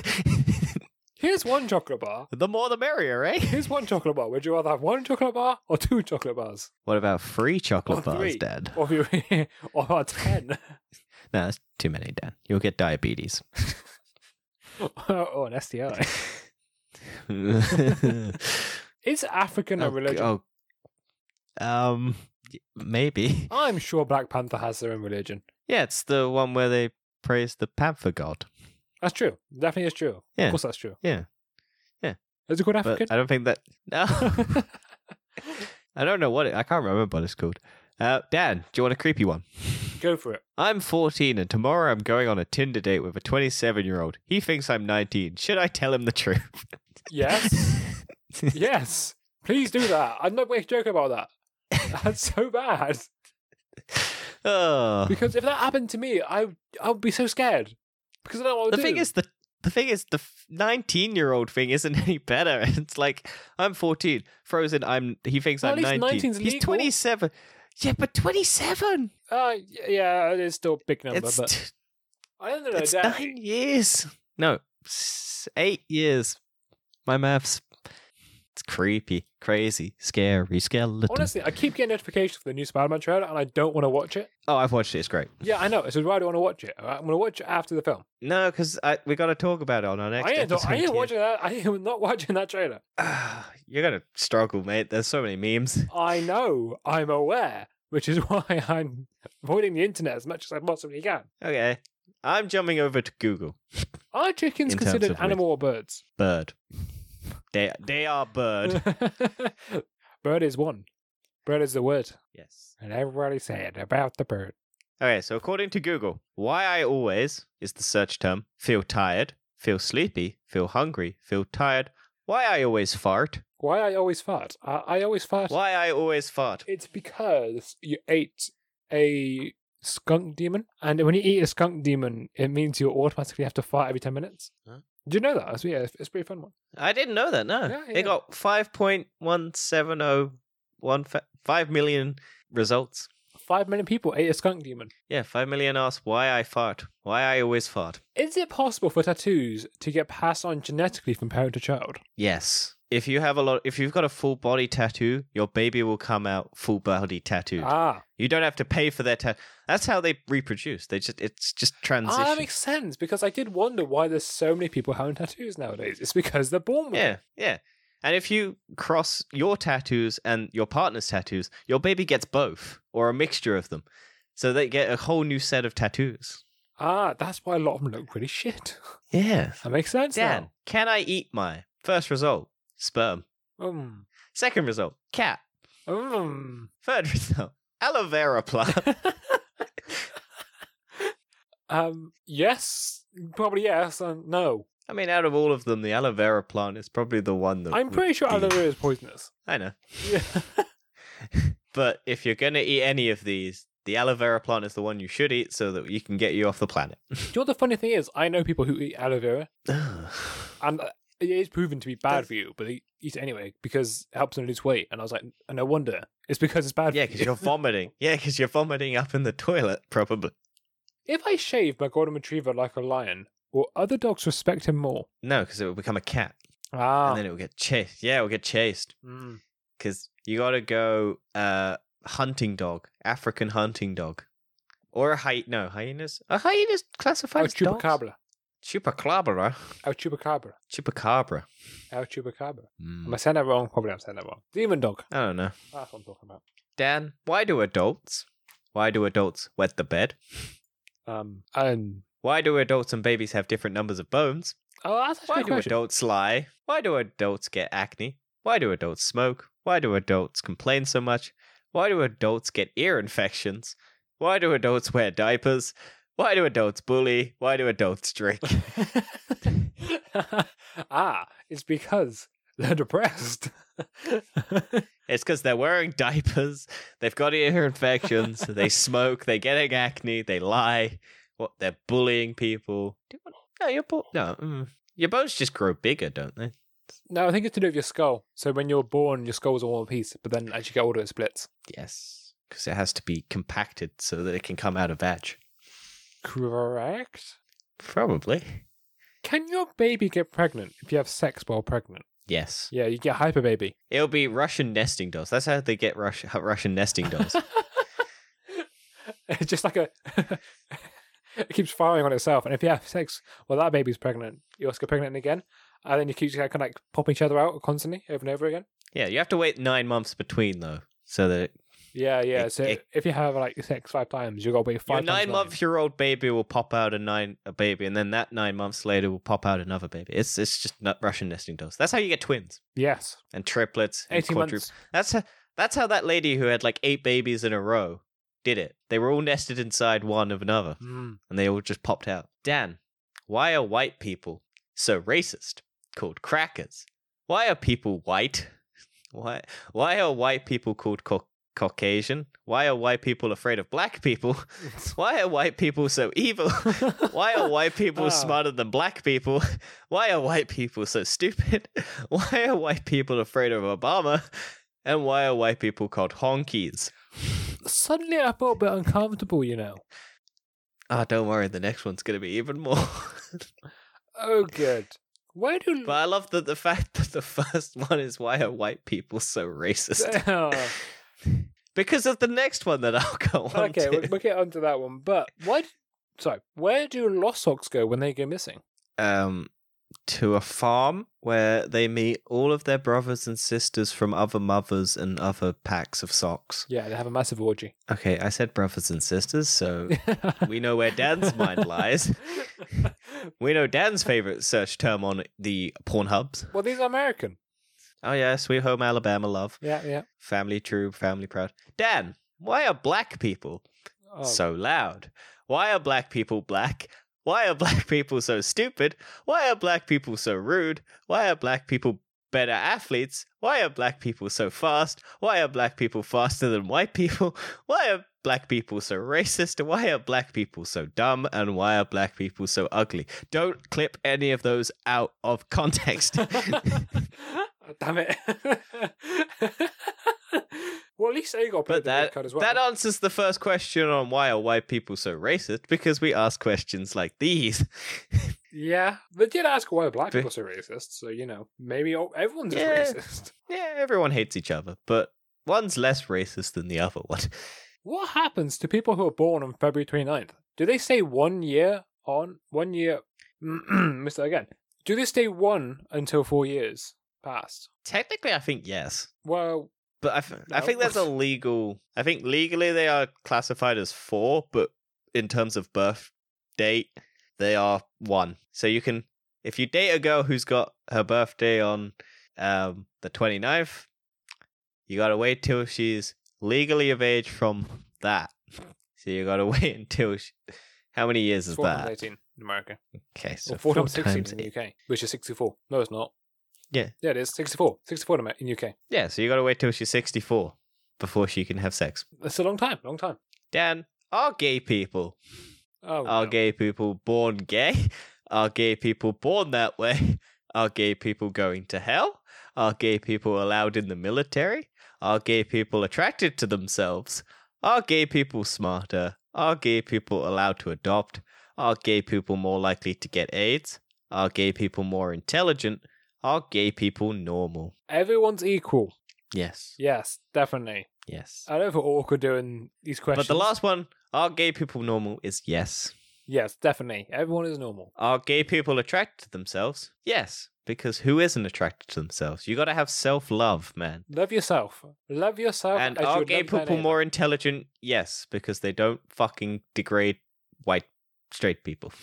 [SPEAKER 2] Here's one chocolate bar.
[SPEAKER 1] the more the merrier, eh?
[SPEAKER 2] Here's one chocolate bar. Would you rather have one chocolate bar or two chocolate bars?
[SPEAKER 1] What about free chocolate
[SPEAKER 2] Or
[SPEAKER 1] bars,
[SPEAKER 2] Oh, three.
[SPEAKER 1] Dad?
[SPEAKER 2] Or, you- or ten?
[SPEAKER 1] No, that's too many, Dad. You'll get diabetes.
[SPEAKER 2] or an STI?
[SPEAKER 1] oh,
[SPEAKER 2] Is African a religion?
[SPEAKER 1] oh. Um, y- maybe.
[SPEAKER 2] I'm sure Black Panther has their own religion.
[SPEAKER 1] Yeah, it's the one where they praise the panther god.
[SPEAKER 2] That's true. Definitely is true.
[SPEAKER 1] Yeah.
[SPEAKER 2] Of course that's true.
[SPEAKER 1] Yeah. Yeah.
[SPEAKER 2] Is it called
[SPEAKER 1] But uh,
[SPEAKER 2] African?
[SPEAKER 1] I don't think that. No, I don't know what it. I can't remember what it's called. Uh, Dan, do you want a creepy one?
[SPEAKER 2] Go for it.
[SPEAKER 1] I'm 14 and tomorrow I'm going on a Tinder date with a 27 year old. He thinks I'm 19. Should I tell him the truth?
[SPEAKER 2] Yes. yes. Please do that. I'm not making a joke about that. That's so bad.
[SPEAKER 1] oh.
[SPEAKER 2] Because if that happened to me, I I would be so scared. Because I don't know what
[SPEAKER 1] the
[SPEAKER 2] I would
[SPEAKER 1] thing
[SPEAKER 2] do.
[SPEAKER 1] is the the thing is the 19 year old thing isn't any better it's like i'm 14 frozen i'm he thinks
[SPEAKER 2] Well,
[SPEAKER 1] i'm
[SPEAKER 2] at least
[SPEAKER 1] 19
[SPEAKER 2] 19's
[SPEAKER 1] he's
[SPEAKER 2] legal.
[SPEAKER 1] 27 yeah but 27
[SPEAKER 2] uh, y- yeah, it is still a big number,
[SPEAKER 1] it's,
[SPEAKER 2] but
[SPEAKER 1] t-
[SPEAKER 2] I don't know.
[SPEAKER 1] it's nine years no s- eight years my maths it's creepy crazy scary skeleton
[SPEAKER 2] Honestly, I keep getting notifications for the new Spider-Man trailer, and I don't want to watch it.
[SPEAKER 1] oh i've watched it it's great
[SPEAKER 2] Yeah, I know. This is why I don't want to watch it. all right? I'm going to watch it after the film.
[SPEAKER 1] no because we got to talk about it on our next
[SPEAKER 2] I ain't,
[SPEAKER 1] episode
[SPEAKER 2] I ain't
[SPEAKER 1] yeah.
[SPEAKER 2] watching that. I am not watching that trailer.
[SPEAKER 1] you're gonna struggle mate there's so many memes
[SPEAKER 2] I know. I'm aware, which is why I'm avoiding the internet as much as I possibly can.
[SPEAKER 1] okay i'm jumping over to google
[SPEAKER 2] Are chickens
[SPEAKER 1] In terms
[SPEAKER 2] considered
[SPEAKER 1] of weight.
[SPEAKER 2] animal or birds?
[SPEAKER 1] bird. They they are bird.
[SPEAKER 2] bird is one. Bird is the word.
[SPEAKER 1] yes.
[SPEAKER 2] And everybody said about the bird.
[SPEAKER 1] Okay, so according to Google, why I always is the search term. Feel tired, feel sleepy, feel hungry, feel tired. Why I always fart.
[SPEAKER 2] Why I always fart? I, I always fart.
[SPEAKER 1] Why I always fart.
[SPEAKER 2] It's because you ate a skunk demon, and when you eat a skunk demon, it means you automatically have to fart every ten minutes.
[SPEAKER 1] Huh?
[SPEAKER 2] Do you know that? It's, yeah, it's, it's a pretty fun one.
[SPEAKER 1] I didn't know that. No,
[SPEAKER 2] Yeah, yeah.
[SPEAKER 1] it got five point one seven oh one five million results.
[SPEAKER 2] Five million people ate a skunk demon.
[SPEAKER 1] Yeah, five million asked why I fart. Why I always fart.
[SPEAKER 2] Is it possible for tattoos to get passed on genetically from parent to child?
[SPEAKER 1] Yes. If you have a lot, if you've got a full body tattoo, your baby will come out full body tattooed.
[SPEAKER 2] Ah,
[SPEAKER 1] You don't have to pay for their test. That's how they reproduce. They just it's just transition.
[SPEAKER 2] Ah, that makes sense because I did wonder why there's so many people having tattoos nowadays. It's because they're born with
[SPEAKER 1] yeah,
[SPEAKER 2] it.
[SPEAKER 1] yeah. And if you cross your tattoos and your partner's tattoos, your baby gets both or a mixture of them. So they get a whole new set of tattoos.
[SPEAKER 2] Ah, that's why a lot of them look really shit.
[SPEAKER 1] Yeah.
[SPEAKER 2] That makes sense.
[SPEAKER 1] Dan,
[SPEAKER 2] now.
[SPEAKER 1] can I eat my first result? Sperm.
[SPEAKER 2] Um,
[SPEAKER 1] Second result, cat.
[SPEAKER 2] um.
[SPEAKER 1] Third result, aloe vera plant.
[SPEAKER 2] Um, yes, probably yes, and no.
[SPEAKER 1] I mean, out of all of them, the aloe vera plant is probably the one that
[SPEAKER 2] I'm
[SPEAKER 1] would
[SPEAKER 2] pretty sure
[SPEAKER 1] be-
[SPEAKER 2] aloe vera is poisonous.
[SPEAKER 1] I know,
[SPEAKER 2] Yeah.
[SPEAKER 1] but if you're gonna eat any of these, the aloe vera plant is the one you should eat so that you can get you off the planet.
[SPEAKER 2] Do you know what the funny thing is? I know people who eat aloe vera,
[SPEAKER 1] Ugh.
[SPEAKER 2] and uh, it is proven to be bad for you, but they eat it anyway because it helps them lose weight. And I was like, and no wonder. It's because it's bad
[SPEAKER 1] yeah,
[SPEAKER 2] for
[SPEAKER 1] because
[SPEAKER 2] you.
[SPEAKER 1] you're vomiting. Yeah, because you're vomiting up in the toilet, probably.
[SPEAKER 2] If I shave my golden retriever like a lion, will other dogs respect him more?
[SPEAKER 1] No, because it will become a cat,
[SPEAKER 2] Ah.
[SPEAKER 1] and then it will get chased. Yeah, it will get chased
[SPEAKER 2] Mm.
[SPEAKER 1] because you gotta go uh hunting dog, African hunting dog, or a hyena. No, hyenas. A hyenas classified
[SPEAKER 2] El
[SPEAKER 1] as dogs?
[SPEAKER 2] chupacabra.
[SPEAKER 1] Chupacabra.
[SPEAKER 2] El chupacabra.
[SPEAKER 1] Chupacabra.
[SPEAKER 2] El chupacabra.
[SPEAKER 1] Mm.
[SPEAKER 2] Am I saying that wrong? Probably I'm saying that wrong. Demon dog.
[SPEAKER 1] I don't know.
[SPEAKER 2] That's what I'm talking about.
[SPEAKER 1] Dan, why do adults? Why do adults wet the bed?
[SPEAKER 2] Um, and
[SPEAKER 1] Why do adults and babies have different numbers of bones?
[SPEAKER 2] oh, that's actually
[SPEAKER 1] Why
[SPEAKER 2] a
[SPEAKER 1] do
[SPEAKER 2] question.
[SPEAKER 1] adults lie? Why do adults get acne? Why do adults smoke? Why do adults complain so much? Why do adults get ear infections? Why do adults wear diapers? Why do adults bully? Why do adults drink?
[SPEAKER 2] ah, it's because they're depressed.
[SPEAKER 1] It's because they're wearing diapers, they've got ear infections, they smoke, they're getting acne, they lie, what they're bullying people. Do you want- No, your bo- no, mm. your bones just grow bigger, don't they?
[SPEAKER 2] no, I think it's to do with your skull. So when you're born, your skull is all one piece, but then as you get older, it splits.
[SPEAKER 1] Yes, because it has to be compacted so that it can come out of edge.
[SPEAKER 2] Correct.
[SPEAKER 1] Probably.
[SPEAKER 2] Can your baby get pregnant if you have sex while pregnant?
[SPEAKER 1] Yes,
[SPEAKER 2] Yeah, you get hyper baby.
[SPEAKER 1] it'll be Russian nesting dolls. That's how they get Rush- uh, Russian nesting dolls.
[SPEAKER 2] It's just like a. it keeps firing on itself, and if you have sex, well, that baby's pregnant. You also get pregnant again, and then you keep kind of like popping each other out constantly over and over again.
[SPEAKER 1] yeah, you have to wait nine months between though, so that
[SPEAKER 2] Yeah, yeah.
[SPEAKER 1] It-
[SPEAKER 2] so
[SPEAKER 1] it-
[SPEAKER 2] if you have like sex five times, you got to wait
[SPEAKER 1] Your
[SPEAKER 2] five. times
[SPEAKER 1] nine
[SPEAKER 2] nine.
[SPEAKER 1] month year old baby will pop out a nine a baby, and then that nine months later will pop out another baby. It's it's just not Russian nesting dolls. That's how you get twins
[SPEAKER 2] Yes,
[SPEAKER 1] and triplets and
[SPEAKER 2] eighteen
[SPEAKER 1] quadruplets.
[SPEAKER 2] months.
[SPEAKER 1] That's how, that's how that lady who had like eight babies in a row did it. They were all nested inside one of another,
[SPEAKER 2] Mm.
[SPEAKER 1] and they all just popped out. Dan, why are white people so racist? Called crackers. Why are people white? Why why are white people called Cauc- Caucasian? Why are white people afraid of black people? Why are white people so evil? Why are white people
[SPEAKER 2] Ah.
[SPEAKER 1] smarter than black people? Why are white people so stupid? Why are white people afraid of Obama? And why are white people called honkies?
[SPEAKER 2] Suddenly, I felt a bit uncomfortable. You know.
[SPEAKER 1] Ah, don't worry, the next one's going to be even more.
[SPEAKER 2] Oh, good. Why do?
[SPEAKER 1] but I love that the fact that the first one is why are white people so racist?
[SPEAKER 2] Oh,
[SPEAKER 1] because of the next one that I'll go on
[SPEAKER 2] okay,
[SPEAKER 1] to.
[SPEAKER 2] we'll, we'll get onto that one. But why? d- Sorry, where do lost socks go when they go missing?
[SPEAKER 1] um, to a farm where they meet all of their brothers and sisters from other mothers and other packs of socks.
[SPEAKER 2] Yeah, they have a massive orgy.
[SPEAKER 1] Okay, I said brothers and sisters, so we know where Dan's mind lies. We know Dan's favorite search term on the porn hubs.
[SPEAKER 2] well, these are American.
[SPEAKER 1] Oh, yeah, Sweet Home Alabama Love.
[SPEAKER 2] Yeah, yeah.
[SPEAKER 1] Family true, family proud. Dan, why are black people
[SPEAKER 2] Oh,
[SPEAKER 1] so loud? Why are black people black? Why are black people so stupid? Why are black people so rude? Why are black people better athletes? Why are black people so fast? Why are black people faster than white people? Why are black people so racist? Why are black people so dumb? And why are black people so ugly? Don't clip any of those out of context.
[SPEAKER 2] Damn it. well, at least they got
[SPEAKER 1] But
[SPEAKER 2] put
[SPEAKER 1] that,
[SPEAKER 2] code as well.
[SPEAKER 1] that answers the first question on why are white people so racist because we ask questions like these.
[SPEAKER 2] yeah. They did ask why black
[SPEAKER 1] Be-
[SPEAKER 2] people are racist, so, you know, maybe all, everyone's just
[SPEAKER 1] Yeah.
[SPEAKER 2] racist.
[SPEAKER 1] yeah, everyone hates each other, but one's less racist than the other one.
[SPEAKER 2] What happens to people who are born on February 29th? Do they stay one year on, one year, miss that again? Do they stay one until four years past?
[SPEAKER 1] Technically, I think yes,
[SPEAKER 2] Well,
[SPEAKER 1] but I, th- I
[SPEAKER 2] No.
[SPEAKER 1] think that's a legal. I think legally they are classified as four, but in terms of birth date, they are one. So you can, if you date a girl who's got her birthday on um, the 29th, you gotta wait till she's legally of age from that. So you gotta wait until. She, how many years
[SPEAKER 2] it's
[SPEAKER 1] is
[SPEAKER 2] four times
[SPEAKER 1] that?
[SPEAKER 2] 18 in America.
[SPEAKER 1] Okay, so
[SPEAKER 2] or four, times 16
[SPEAKER 1] times
[SPEAKER 2] in
[SPEAKER 1] eight.
[SPEAKER 2] the UK, which is 64. No, it's not.
[SPEAKER 1] Yeah.
[SPEAKER 2] Yeah, it is. 64. 64 in Amer- in UK.
[SPEAKER 1] Yeah, so you gotta wait till she's 64 before she can have sex.
[SPEAKER 2] That's a long time. Long time.
[SPEAKER 1] Dan, are gay people,
[SPEAKER 2] Oh,
[SPEAKER 1] are
[SPEAKER 2] no.
[SPEAKER 1] gay people born gay? Are gay people born that way? Are gay people going to hell? Are gay people allowed in the military? Are gay people attracted to themselves? Are gay people smarter? Are gay people allowed to adopt? Are gay people more likely to get AIDS? Are gay people more intelligent? Are gay people normal?
[SPEAKER 2] Everyone's equal.
[SPEAKER 1] Yes.
[SPEAKER 2] Yes, definitely.
[SPEAKER 1] Yes.
[SPEAKER 2] I don't know if we're awkward doing these questions.
[SPEAKER 1] But the last one, are gay people normal? Is yes.
[SPEAKER 2] Yes, definitely. Everyone is normal.
[SPEAKER 1] Are gay people attracted to themselves? Yes, because who isn't attracted to themselves? You got to have self love, man.
[SPEAKER 2] Love yourself. Love yourself.
[SPEAKER 1] and
[SPEAKER 2] as you
[SPEAKER 1] are
[SPEAKER 2] would
[SPEAKER 1] gay
[SPEAKER 2] love thy
[SPEAKER 1] people
[SPEAKER 2] neighbor.
[SPEAKER 1] more intelligent? Yes, because they don't fucking degrade white straight people.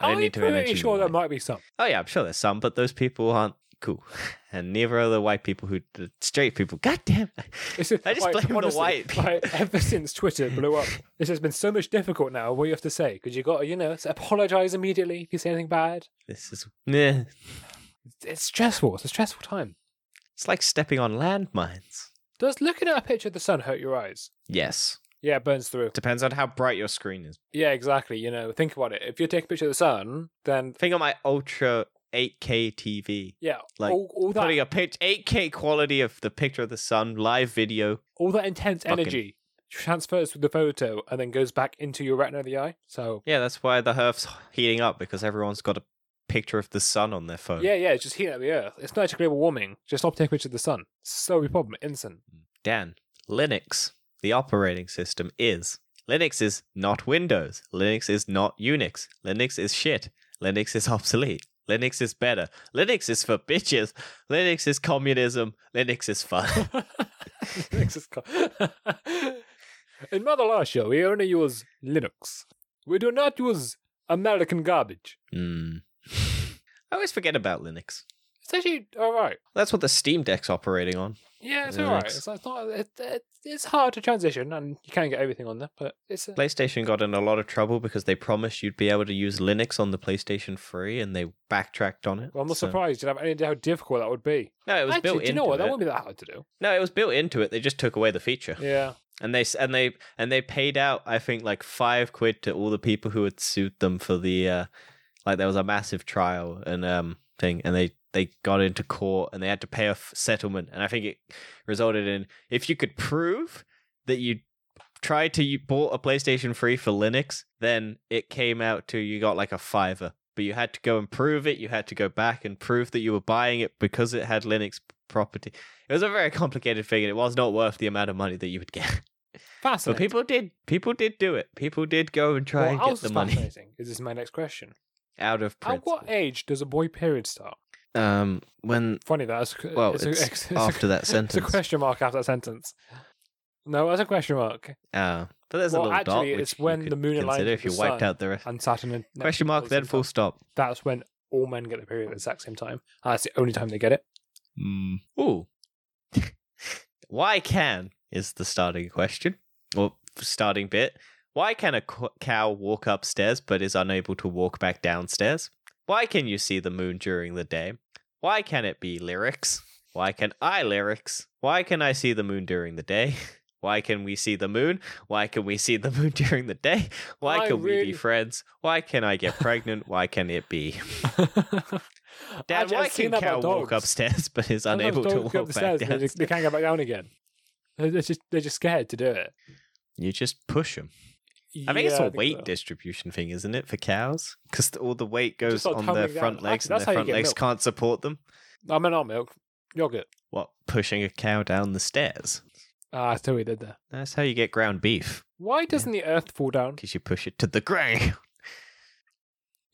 [SPEAKER 1] I
[SPEAKER 2] I'm
[SPEAKER 1] don't need to
[SPEAKER 2] pretty
[SPEAKER 1] mention
[SPEAKER 2] sure
[SPEAKER 1] why.
[SPEAKER 2] there might be some.
[SPEAKER 1] Oh yeah, I'm sure there's some, but those people aren't cool, and neither are the white people who the straight people. God damn,
[SPEAKER 2] It's just,
[SPEAKER 1] I just
[SPEAKER 2] like,
[SPEAKER 1] blame the
[SPEAKER 2] honestly,
[SPEAKER 1] white people.
[SPEAKER 2] like, ever since Twitter blew up, this has been so much difficult now. What you have to say because you got to, you know, apologize immediately if you say anything bad.
[SPEAKER 1] this is meh.
[SPEAKER 2] It's stressful. It's a stressful time.
[SPEAKER 1] It's like stepping on landmines.
[SPEAKER 2] Does looking at a picture of the sun hurt your eyes?
[SPEAKER 1] Yes,
[SPEAKER 2] Yeah, it burns through.
[SPEAKER 1] depends on how bright your screen is.
[SPEAKER 2] Yeah, exactly. You know, think about it. If you take a picture of the sun, then
[SPEAKER 1] Think of my ultra 8K TV.
[SPEAKER 2] yeah,
[SPEAKER 1] Like,
[SPEAKER 2] all, all that
[SPEAKER 1] putting a pitch 8K quality of the picture of the sun, live video.
[SPEAKER 2] all that intense
[SPEAKER 1] Fucking-
[SPEAKER 2] energy transfers with the photo and then goes back into your retina of the eye. So
[SPEAKER 1] Yeah, that's why the Earth's heating up because everyone's got a picture of the sun on their phone.
[SPEAKER 2] yeah, yeah, it's just heating up the earth. It's not actually global warming. Just stop taking pictures of the sun. Solve your problem. Instant.
[SPEAKER 1] Dan, Linux, the operating system, is. Linux is not Windows. Linux is not Unix. Linux is shit. Linux is obsolete. Linux is better. Linux is for bitches. Linux is communism. Linux is fun.
[SPEAKER 2] Linux is co- In Mother Russia, we only use Linux. We do not use American garbage.
[SPEAKER 1] Hmm. I always forget about Linux.
[SPEAKER 2] It's actually all right.
[SPEAKER 1] That's what the Steam Deck's operating on.
[SPEAKER 2] Yeah, it's
[SPEAKER 1] Yeah,
[SPEAKER 2] all right.
[SPEAKER 1] Linux.
[SPEAKER 2] It's, it's not. It, it, it's hard to transition, and you can get everything on there, but it's. A,
[SPEAKER 1] PlayStation got in a lot of trouble because they promised you'd be able to use Linux on the PlayStation 3 and they backtracked on it.
[SPEAKER 2] well, I'm not
[SPEAKER 1] so-
[SPEAKER 2] surprised. You have any idea how difficult that would be.
[SPEAKER 1] No, it was
[SPEAKER 2] actually,
[SPEAKER 1] built
[SPEAKER 2] do
[SPEAKER 1] into
[SPEAKER 2] you know what? That
[SPEAKER 1] it.
[SPEAKER 2] wouldn't be that hard to do.
[SPEAKER 1] No, it was built into it. They just took away the feature.
[SPEAKER 2] Yeah.
[SPEAKER 1] And they s- and they and they paid out I think like 5 quid to all the people who had sued them for the uh like there was a massive trial and um thing and they they got into court and they had to pay a f- settlement and I think it resulted in if you could prove that you tried to you bought a PlayStation 3 for Linux, then it came out to you got like a fiver. But you had to go and prove it. You had to go back and prove that you were buying it because it had Linux property. It was a very complicated thing, and it was not worth the amount of money that you would get. But
[SPEAKER 2] Fascinating.
[SPEAKER 1] people did, people did do it. People did go and try
[SPEAKER 2] what
[SPEAKER 1] and
[SPEAKER 2] else
[SPEAKER 1] get the
[SPEAKER 2] is
[SPEAKER 1] money
[SPEAKER 2] fascinating is this is my next question.
[SPEAKER 1] out of print.
[SPEAKER 2] At what age does a boy period start?
[SPEAKER 1] Um, when
[SPEAKER 2] Funny that's
[SPEAKER 1] well, it's, after that
[SPEAKER 2] Uh, It's a
[SPEAKER 1] sentence.
[SPEAKER 2] question mark after that sentence. No, that's a question mark.
[SPEAKER 1] Uh, but there's
[SPEAKER 2] Well,
[SPEAKER 1] a little dot,
[SPEAKER 2] actually,
[SPEAKER 1] which
[SPEAKER 2] it's when
[SPEAKER 1] you could
[SPEAKER 2] the moon aligns
[SPEAKER 1] consider
[SPEAKER 2] with
[SPEAKER 1] if you
[SPEAKER 2] the
[SPEAKER 1] wiped
[SPEAKER 2] sun.
[SPEAKER 1] out the rest.
[SPEAKER 2] And Saturn and Neptune
[SPEAKER 1] Question mark,
[SPEAKER 2] at the
[SPEAKER 1] then
[SPEAKER 2] same
[SPEAKER 1] full
[SPEAKER 2] time.
[SPEAKER 1] stop.
[SPEAKER 2] That's when all men get the period at the exact same time. And that's the only time they get it.
[SPEAKER 1] Mm. Ooh. Why can is the starting question or starting bit. Why can a co- cow walk upstairs but is unable to walk back downstairs? Why can you see the moon during the day? Why can it be lyrics? Why can I lyrics? Why can I see the moon during the day? Why can we see the moon? Why can we see the moon during the day? Why
[SPEAKER 2] I
[SPEAKER 1] can we
[SPEAKER 2] really-
[SPEAKER 1] be friends? Why can I get pregnant? Why can it be? Dad,
[SPEAKER 2] Actually,
[SPEAKER 1] why
[SPEAKER 2] I've seen
[SPEAKER 1] can
[SPEAKER 2] that about
[SPEAKER 1] cow walk
[SPEAKER 2] dogs.
[SPEAKER 1] upstairs but is
[SPEAKER 2] Sometimes
[SPEAKER 1] unable
[SPEAKER 2] dogs
[SPEAKER 1] to
[SPEAKER 2] go up
[SPEAKER 1] walk
[SPEAKER 2] the
[SPEAKER 1] back
[SPEAKER 2] stairs and
[SPEAKER 1] down?
[SPEAKER 2] They, they can't get back down again. They're they're just, they're just scared to do it.
[SPEAKER 1] You just push them. I think it's
[SPEAKER 2] Yeah,
[SPEAKER 1] a weight
[SPEAKER 2] so.
[SPEAKER 1] distribution thing, isn't it, for cows? Because all the weight goes
[SPEAKER 2] Just like
[SPEAKER 1] on their
[SPEAKER 2] tumbling down.
[SPEAKER 1] front legs,
[SPEAKER 2] Actually, that's
[SPEAKER 1] and
[SPEAKER 2] how
[SPEAKER 1] their
[SPEAKER 2] you
[SPEAKER 1] front
[SPEAKER 2] get
[SPEAKER 1] legs
[SPEAKER 2] milk.
[SPEAKER 1] can't support them.
[SPEAKER 2] I mean, not milk, yogurt.
[SPEAKER 1] What pushing a cow down the stairs?
[SPEAKER 2] Ah, I see what he did there.
[SPEAKER 1] That's how you get ground beef
[SPEAKER 2] Why doesn't the earth fall down?
[SPEAKER 1] because you push it to the ground.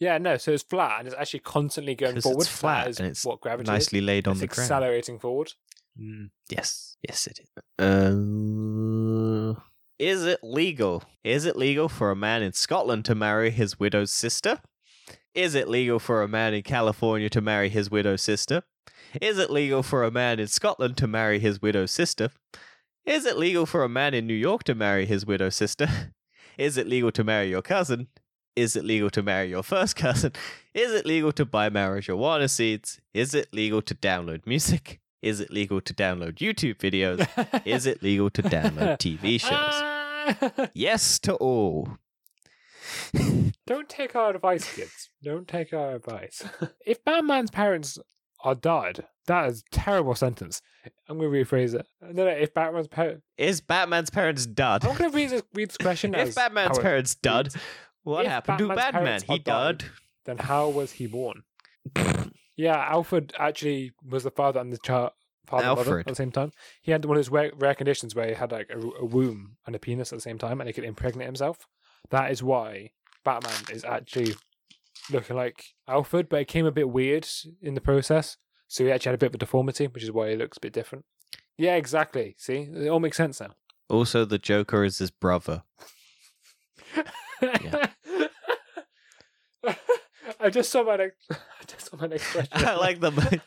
[SPEAKER 2] Yeah, no, so it's flat and it's actually constantly going
[SPEAKER 1] 'Cause
[SPEAKER 2] forward.
[SPEAKER 1] it's flat
[SPEAKER 2] That is
[SPEAKER 1] and it's
[SPEAKER 2] what gravity is.
[SPEAKER 1] Nicely laid on
[SPEAKER 2] It's
[SPEAKER 1] the ground.
[SPEAKER 2] accelerating forward.
[SPEAKER 1] Mm, yes, yes, it is. Uh, is it legal? Is it legal for a man in Scotland to marry his widow's sister? Is it legal for a man in California to marry his widow's sister? Is it legal for a man in Scotland to marry his widow's sister? Is it legal for a man in New York to marry his widow's sister? Is it legal to marry your cousin? Is it legal to marry your first cousin? Is it legal to buy marijuana seeds? Is it legal to download music? Is it legal to download YouTube videos? Is it legal to download TV shows?
[SPEAKER 2] Ah!
[SPEAKER 1] Yes to all.
[SPEAKER 2] Don't take our advice, kids. Don't take our advice. if Batman's parents are dead, that is a terrible sentence. I'm going to rephrase it. No, no, if Batman's parents.
[SPEAKER 1] Is Batman's parents dud?
[SPEAKER 2] I'm going to read this, read this question
[SPEAKER 1] If
[SPEAKER 2] as
[SPEAKER 1] Batman's
[SPEAKER 2] how it-
[SPEAKER 1] parents dud, what
[SPEAKER 2] If
[SPEAKER 1] happened
[SPEAKER 2] Batman's
[SPEAKER 1] to Batman?
[SPEAKER 2] parents
[SPEAKER 1] He
[SPEAKER 2] are
[SPEAKER 1] dud.
[SPEAKER 2] dud. Then how was he born? yeah, Alfred actually was the father and the child. Father and mother
[SPEAKER 1] Alfred.
[SPEAKER 2] at the same time, he had one of those rare, rare conditions where he had like a, a womb and a penis at the same time, and he could impregnate himself. That is why Batman is actually looking like Alfred, but it came a bit weird in the process, so he actually had a bit of a deformity, which is why he looks a bit different. Yeah, exactly. See, it all makes sense now.
[SPEAKER 1] Also, the Joker is his brother. Yeah.
[SPEAKER 2] I just saw my next. I just saw my next question.
[SPEAKER 1] I like the.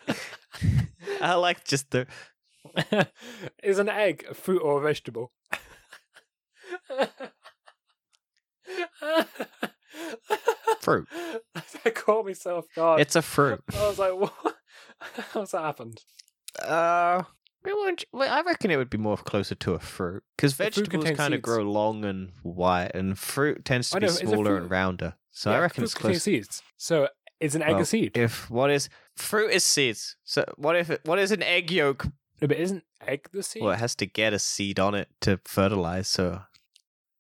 [SPEAKER 1] I like just the.
[SPEAKER 2] Is an egg a fruit or a vegetable?
[SPEAKER 1] Fruit.
[SPEAKER 2] I caught myself God.
[SPEAKER 1] It's a fruit.
[SPEAKER 2] I was like, what? How's that happened?
[SPEAKER 1] Uh, we won't, well, I reckon it would be more closer to a fruit because
[SPEAKER 2] The fruit
[SPEAKER 1] vegetables
[SPEAKER 2] contains
[SPEAKER 1] kind of
[SPEAKER 2] seeds.
[SPEAKER 1] grow long and wide, and fruit tends to
[SPEAKER 2] I
[SPEAKER 1] be
[SPEAKER 2] know, it's a
[SPEAKER 1] smaller
[SPEAKER 2] fruit.
[SPEAKER 1] and rounder. So I
[SPEAKER 2] Yeah,
[SPEAKER 1] reckon
[SPEAKER 2] fruit
[SPEAKER 1] it's
[SPEAKER 2] contains
[SPEAKER 1] close.
[SPEAKER 2] seeds. So is an egg
[SPEAKER 1] Well,
[SPEAKER 2] a seed?
[SPEAKER 1] If what is fruit is seeds, so what if it, what is an egg yolk?
[SPEAKER 2] No, but isn't egg the seed?
[SPEAKER 1] Well, it has to get a seed on it to fertilize. So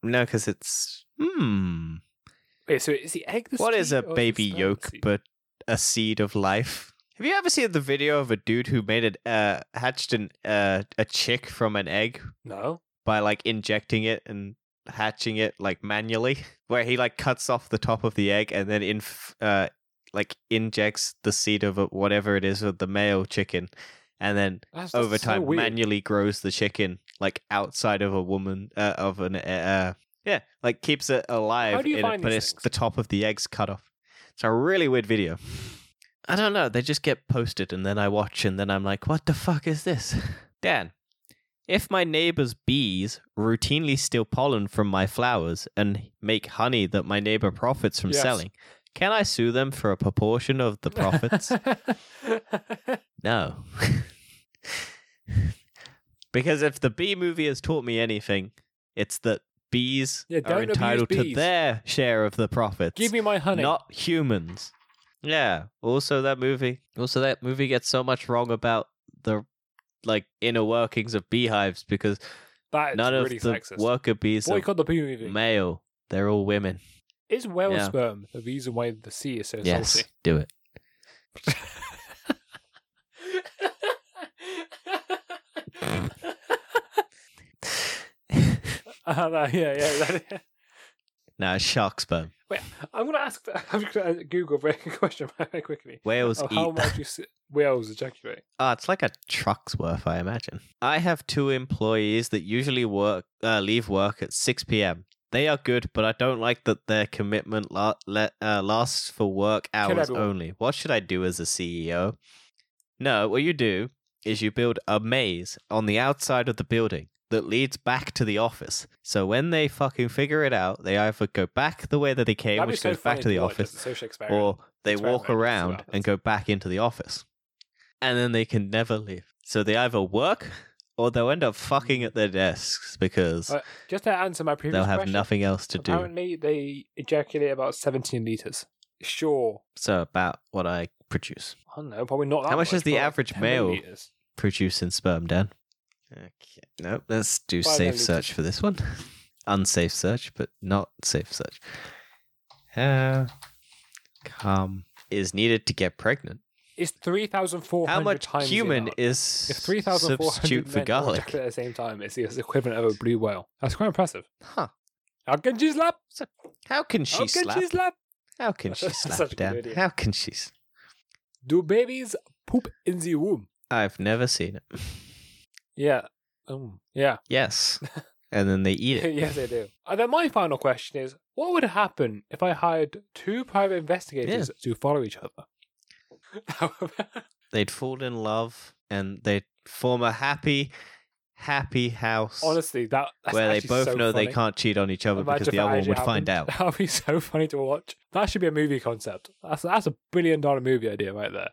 [SPEAKER 1] no, because it's hmm.
[SPEAKER 2] Wait, so is the egg the seed?
[SPEAKER 1] What is a
[SPEAKER 2] or the
[SPEAKER 1] baby
[SPEAKER 2] sperm the
[SPEAKER 1] yolk
[SPEAKER 2] seed?
[SPEAKER 1] but a seed of life? Have you ever seen the video of a dude who made it uh, hatched an uh, a chick from an egg?
[SPEAKER 2] No.
[SPEAKER 1] by like injecting it and hatching it like manually where he like cuts off the top of the egg and then inf- uh like injects the seed of a, whatever it is of the male chicken and then
[SPEAKER 2] That's,
[SPEAKER 1] over
[SPEAKER 2] that's so
[SPEAKER 1] time
[SPEAKER 2] weird.
[SPEAKER 1] manually grows the chicken like outside of a woman uh, of an uh yeah like keeps it alive
[SPEAKER 2] do you
[SPEAKER 1] in it,
[SPEAKER 2] find
[SPEAKER 1] but
[SPEAKER 2] these
[SPEAKER 1] it's
[SPEAKER 2] things?
[SPEAKER 1] the top of the egg's cut off it's a really weird video i don't know they just get posted and then i watch and then i'm like what the fuck is this dan if my neighbor's bees routinely steal pollen from my flowers and make honey that my neighbor profits from
[SPEAKER 2] Yes.
[SPEAKER 1] selling can i sue them for a proportion of the profits no. because if the bee movie has taught me anything, it's that bees
[SPEAKER 2] Yeah, don't
[SPEAKER 1] are
[SPEAKER 2] abuse
[SPEAKER 1] entitled to
[SPEAKER 2] bees.
[SPEAKER 1] their share of the profits,
[SPEAKER 2] Give me my honey.
[SPEAKER 1] not humans. Yeah. Also that movie. Also that movie gets so much wrong about the like inner workings of beehives because
[SPEAKER 2] That is
[SPEAKER 1] none
[SPEAKER 2] really
[SPEAKER 1] of the
[SPEAKER 2] sexist.
[SPEAKER 1] worker bees are
[SPEAKER 2] Boycott the bee movie.
[SPEAKER 1] male. They're all women.
[SPEAKER 2] Is whale
[SPEAKER 1] Yeah.
[SPEAKER 2] sperm the reason why the sea is so
[SPEAKER 1] yes.
[SPEAKER 2] salty?
[SPEAKER 1] Do it.
[SPEAKER 2] uh, no, yeah, yeah. that-
[SPEAKER 1] Now shark sperm.
[SPEAKER 2] Oh, I'm gonna ask. I'm gonna uh, Google very question very quickly.
[SPEAKER 1] Whales
[SPEAKER 2] Oh,
[SPEAKER 1] eat
[SPEAKER 2] how much you s- whales ejaculate?
[SPEAKER 1] Ah, it's like a truck's worth, I imagine. I have two employees that usually work uh, leave work at 6 p.m. They are good, but I don't like that their commitment la- le- uh, lasts for work hours
[SPEAKER 2] everyone.
[SPEAKER 1] only. What should I do as a CEO? No, what you do is you build a maze on the outside of the building that leads back to the office. So when they fucking figure it out, they either go back the way that they came,
[SPEAKER 2] That'd be
[SPEAKER 1] which
[SPEAKER 2] so
[SPEAKER 1] goes back
[SPEAKER 2] funny
[SPEAKER 1] to the
[SPEAKER 2] watch
[SPEAKER 1] office,
[SPEAKER 2] as a social experiment.
[SPEAKER 1] or they
[SPEAKER 2] Experiment,
[SPEAKER 1] walk
[SPEAKER 2] see what
[SPEAKER 1] around and
[SPEAKER 2] happens.
[SPEAKER 1] go back into the office. And then they can never leave. So they either work or they'll end up fucking at their desks because
[SPEAKER 2] Uh, Just to answer my previous
[SPEAKER 1] they'll have
[SPEAKER 2] question,
[SPEAKER 1] nothing else to do.
[SPEAKER 2] apparently they ejaculate about 17 liters. Sure.
[SPEAKER 1] So about what I produce.
[SPEAKER 2] I don't know, probably not that
[SPEAKER 1] How much is the
[SPEAKER 2] but
[SPEAKER 1] average
[SPEAKER 2] 10
[SPEAKER 1] male?
[SPEAKER 2] liters.
[SPEAKER 1] Produce in sperm, Dan. Okay. Nope. Let's do
[SPEAKER 2] Five
[SPEAKER 1] safe
[SPEAKER 2] milliliters.
[SPEAKER 1] search for this one. Unsafe search, but not safe search. Uh, cum is needed to get pregnant.
[SPEAKER 2] It's three thousand four hundred
[SPEAKER 1] How much
[SPEAKER 2] times the
[SPEAKER 1] human
[SPEAKER 2] amount.
[SPEAKER 1] is
[SPEAKER 2] If three thousand four
[SPEAKER 1] substitute
[SPEAKER 2] hundred
[SPEAKER 1] for
[SPEAKER 2] men all
[SPEAKER 1] garlic?
[SPEAKER 2] ejaculated at the same time, it's the equivalent of a blue whale. That's quite impressive.
[SPEAKER 1] Huh.
[SPEAKER 2] How can she slap?
[SPEAKER 1] How can she
[SPEAKER 2] How can
[SPEAKER 1] slap?
[SPEAKER 2] she slap?
[SPEAKER 1] How can she
[SPEAKER 2] That's
[SPEAKER 1] slap
[SPEAKER 2] such a good
[SPEAKER 1] down?
[SPEAKER 2] idea.
[SPEAKER 1] How can she? s-
[SPEAKER 2] Do babies poop in the womb?
[SPEAKER 1] I've never seen it.
[SPEAKER 2] Yeah. Um, yeah.
[SPEAKER 1] Yes, and then they eat it.
[SPEAKER 2] yes, they do. And then my final question is: What would happen if I hired two private investigators to follow each other?
[SPEAKER 1] They'd fall in love and they'd form a happy, happy house
[SPEAKER 2] Honestly, that that's
[SPEAKER 1] where they
[SPEAKER 2] actually
[SPEAKER 1] both
[SPEAKER 2] so
[SPEAKER 1] know they
[SPEAKER 2] funny.
[SPEAKER 1] can't cheat on each other because
[SPEAKER 2] Imagine
[SPEAKER 1] the
[SPEAKER 2] if
[SPEAKER 1] other
[SPEAKER 2] that
[SPEAKER 1] one
[SPEAKER 2] actually
[SPEAKER 1] would find out.
[SPEAKER 2] happened. That'd be so funny to watch. That should be a movie concept. That's that's a billion dollar movie idea right there.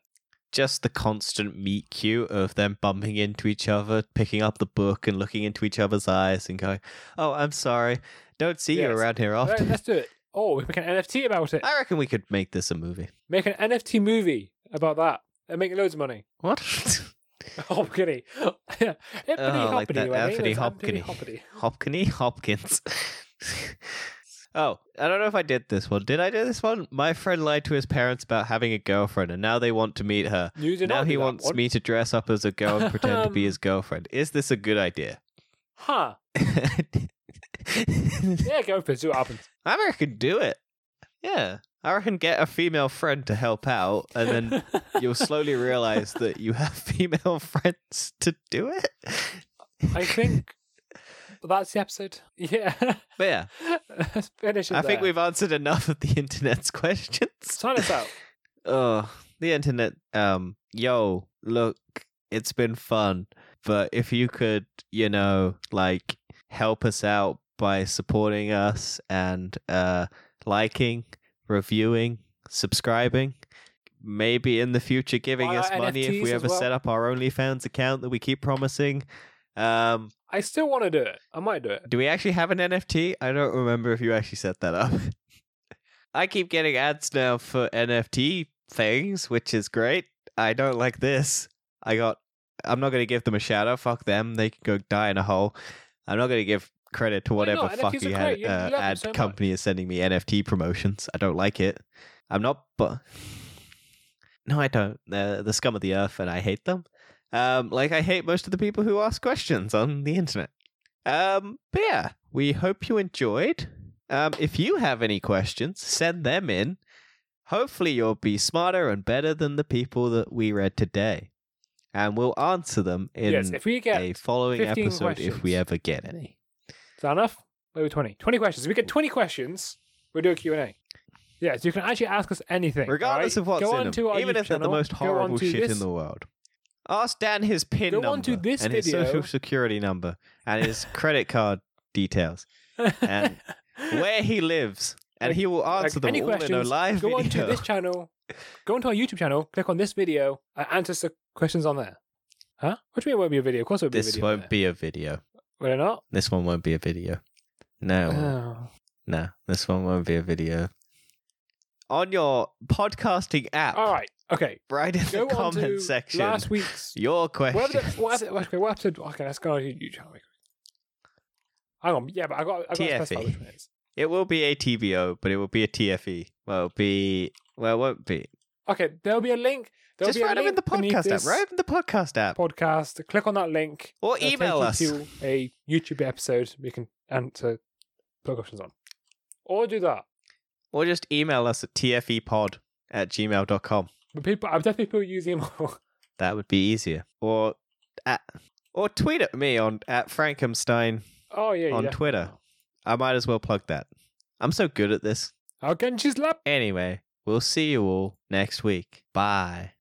[SPEAKER 1] Just the constant meet cute of them bumping into each other, picking up the book and looking into each other's eyes and going, "Oh, I'm sorry, don't see you
[SPEAKER 2] Yes.
[SPEAKER 1] around here
[SPEAKER 2] All right,
[SPEAKER 1] often."
[SPEAKER 2] let's do it. Oh, we make an NFT about it.
[SPEAKER 1] I reckon we could make this a movie.
[SPEAKER 2] Make an NFT movie about that and make loads of money. Oh,
[SPEAKER 1] What?
[SPEAKER 2] Hopkiny. yeah. Hippity
[SPEAKER 1] Oh, like
[SPEAKER 2] hoppity,
[SPEAKER 1] that
[SPEAKER 2] my name
[SPEAKER 1] Anthony
[SPEAKER 2] is
[SPEAKER 1] Hopkiny.
[SPEAKER 2] Hoppity.
[SPEAKER 1] Hopkiny Hopkins. oh, I don't know if I did this one. Did I do this one? My friend lied to his parents about having a girlfriend, and now they want to meet her.
[SPEAKER 2] You did
[SPEAKER 1] now
[SPEAKER 2] not
[SPEAKER 1] he
[SPEAKER 2] do that
[SPEAKER 1] wants
[SPEAKER 2] one.
[SPEAKER 1] me to dress up as a girl and pretend to be
[SPEAKER 2] Um.
[SPEAKER 1] his girlfriend. Is this a good idea?
[SPEAKER 2] Huh. Yeah, go for it. See what happens.
[SPEAKER 1] I reckon do it. Yeah. I reckon get a female friend to help out, and then you'll slowly realize that you have female friends to do it.
[SPEAKER 2] I think that's the episode. Yeah.
[SPEAKER 1] But yeah,
[SPEAKER 2] Let's finish it.
[SPEAKER 1] I think
[SPEAKER 2] there.
[SPEAKER 1] we've answered enough of the internet's questions.
[SPEAKER 2] sign us out.
[SPEAKER 1] Oh, the internet. Um, yo, look, it's been fun, but if you could, you know, like help us out by supporting us and uh, liking, reviewing, subscribing. Maybe in the future, giving
[SPEAKER 2] Buy
[SPEAKER 1] us
[SPEAKER 2] our
[SPEAKER 1] money if
[SPEAKER 2] NFTs
[SPEAKER 1] we
[SPEAKER 2] as
[SPEAKER 1] ever set
[SPEAKER 2] well.
[SPEAKER 1] up our OnlyFans account that we keep promising. Um,
[SPEAKER 2] I still want to do it. I might do it.
[SPEAKER 1] do we actually have an NFT? I don't remember if you actually set that up. I keep getting ads now for NFT things, which is great. I don't like this. I got. I'm not going to give them a shout out. Fuck them. They can go die in a hole. I'm not going to give credit to
[SPEAKER 2] Why not?
[SPEAKER 1] whatever
[SPEAKER 2] NFTs
[SPEAKER 1] fucking
[SPEAKER 2] are
[SPEAKER 1] ad,
[SPEAKER 2] great. You- you love
[SPEAKER 1] uh,
[SPEAKER 2] them
[SPEAKER 1] ad
[SPEAKER 2] so much.
[SPEAKER 1] company is sending me NFT promotions. I don't like it. I'm not. But no, I don't. They're the scum of the earth, and I hate them. Um, like I hate most of the people who ask questions on the internet. Um, but yeah, we hope you enjoyed. Um, if you have any questions, send them in. Hopefully, you'll be smarter and better than the people that we read today, and we'll answer them in
[SPEAKER 2] yes, if we get
[SPEAKER 1] a following
[SPEAKER 2] 15
[SPEAKER 1] episode if we
[SPEAKER 2] questions.
[SPEAKER 1] ever get any.
[SPEAKER 2] Is that enough? Maybe 20. 20 questions. If we get 20 questions, we'll do a Q&A. Yeah, so you can actually ask us anything.
[SPEAKER 1] Regardless
[SPEAKER 2] alright?
[SPEAKER 1] of what's
[SPEAKER 2] Go
[SPEAKER 1] in
[SPEAKER 2] on to
[SPEAKER 1] them,
[SPEAKER 2] our
[SPEAKER 1] even
[SPEAKER 2] YouTube
[SPEAKER 1] if they're the
[SPEAKER 2] channel,
[SPEAKER 1] most
[SPEAKER 2] go
[SPEAKER 1] horrible
[SPEAKER 2] on to
[SPEAKER 1] shit in
[SPEAKER 2] this-
[SPEAKER 1] the world. Ask Dan his PIN
[SPEAKER 2] Go
[SPEAKER 1] number
[SPEAKER 2] on to this
[SPEAKER 1] and
[SPEAKER 2] video.
[SPEAKER 1] his social security number and his credit card details and where he lives, and
[SPEAKER 2] Like-
[SPEAKER 1] he will
[SPEAKER 2] Like,
[SPEAKER 1] answer them
[SPEAKER 2] any
[SPEAKER 1] all
[SPEAKER 2] questions,
[SPEAKER 1] in a live
[SPEAKER 2] go on
[SPEAKER 1] video.
[SPEAKER 2] to this channel, go onto our YouTube channel, click on this video, and answer the questions on there. Huh? What do you mean it won't be a video? Of course it will be a
[SPEAKER 1] this
[SPEAKER 2] video. on
[SPEAKER 1] won't
[SPEAKER 2] there.
[SPEAKER 1] be a video.
[SPEAKER 2] Will it not?
[SPEAKER 1] This one won't be a video. No,
[SPEAKER 2] Oh.
[SPEAKER 1] no, this one won't be a video. On your podcasting app,
[SPEAKER 2] Oh. All right. Okay.
[SPEAKER 1] right in
[SPEAKER 2] Go
[SPEAKER 1] the
[SPEAKER 2] on to
[SPEAKER 1] comment section,
[SPEAKER 2] last week's
[SPEAKER 1] your
[SPEAKER 2] What
[SPEAKER 1] question.
[SPEAKER 2] episode? What episode? Okay, what episode? Okay, let's go on to YouTube channel. Hang on, yeah, but I got I got to
[SPEAKER 1] TFE.
[SPEAKER 2] specify which one it is.
[SPEAKER 1] It will be a TBO, but it will be a TFE. Well, it'll be well, it won't be.
[SPEAKER 2] Okay, there'll be a link. There'll
[SPEAKER 1] Just
[SPEAKER 2] be a
[SPEAKER 1] write them in
[SPEAKER 2] link
[SPEAKER 1] the
[SPEAKER 2] beneath
[SPEAKER 1] podcast app.
[SPEAKER 2] this
[SPEAKER 1] Write them in the podcast app,
[SPEAKER 2] Podcast. Click on that link.
[SPEAKER 1] or
[SPEAKER 2] It'll take
[SPEAKER 1] email
[SPEAKER 2] you
[SPEAKER 1] us.
[SPEAKER 2] to a YouTube episode. We can answer put questions on, or do that.
[SPEAKER 1] Or just email us at tfepod at gmail.com.
[SPEAKER 2] But people, I've definitely people use email.
[SPEAKER 1] That would be easier. Or at, or tweet at me on at Frankenstein
[SPEAKER 2] oh yeah,
[SPEAKER 1] on
[SPEAKER 2] yeah.
[SPEAKER 1] Twitter. I might as well plug that. I'm so good at this.
[SPEAKER 2] How can she slap?
[SPEAKER 1] Anyway, we'll see you all next week. Bye.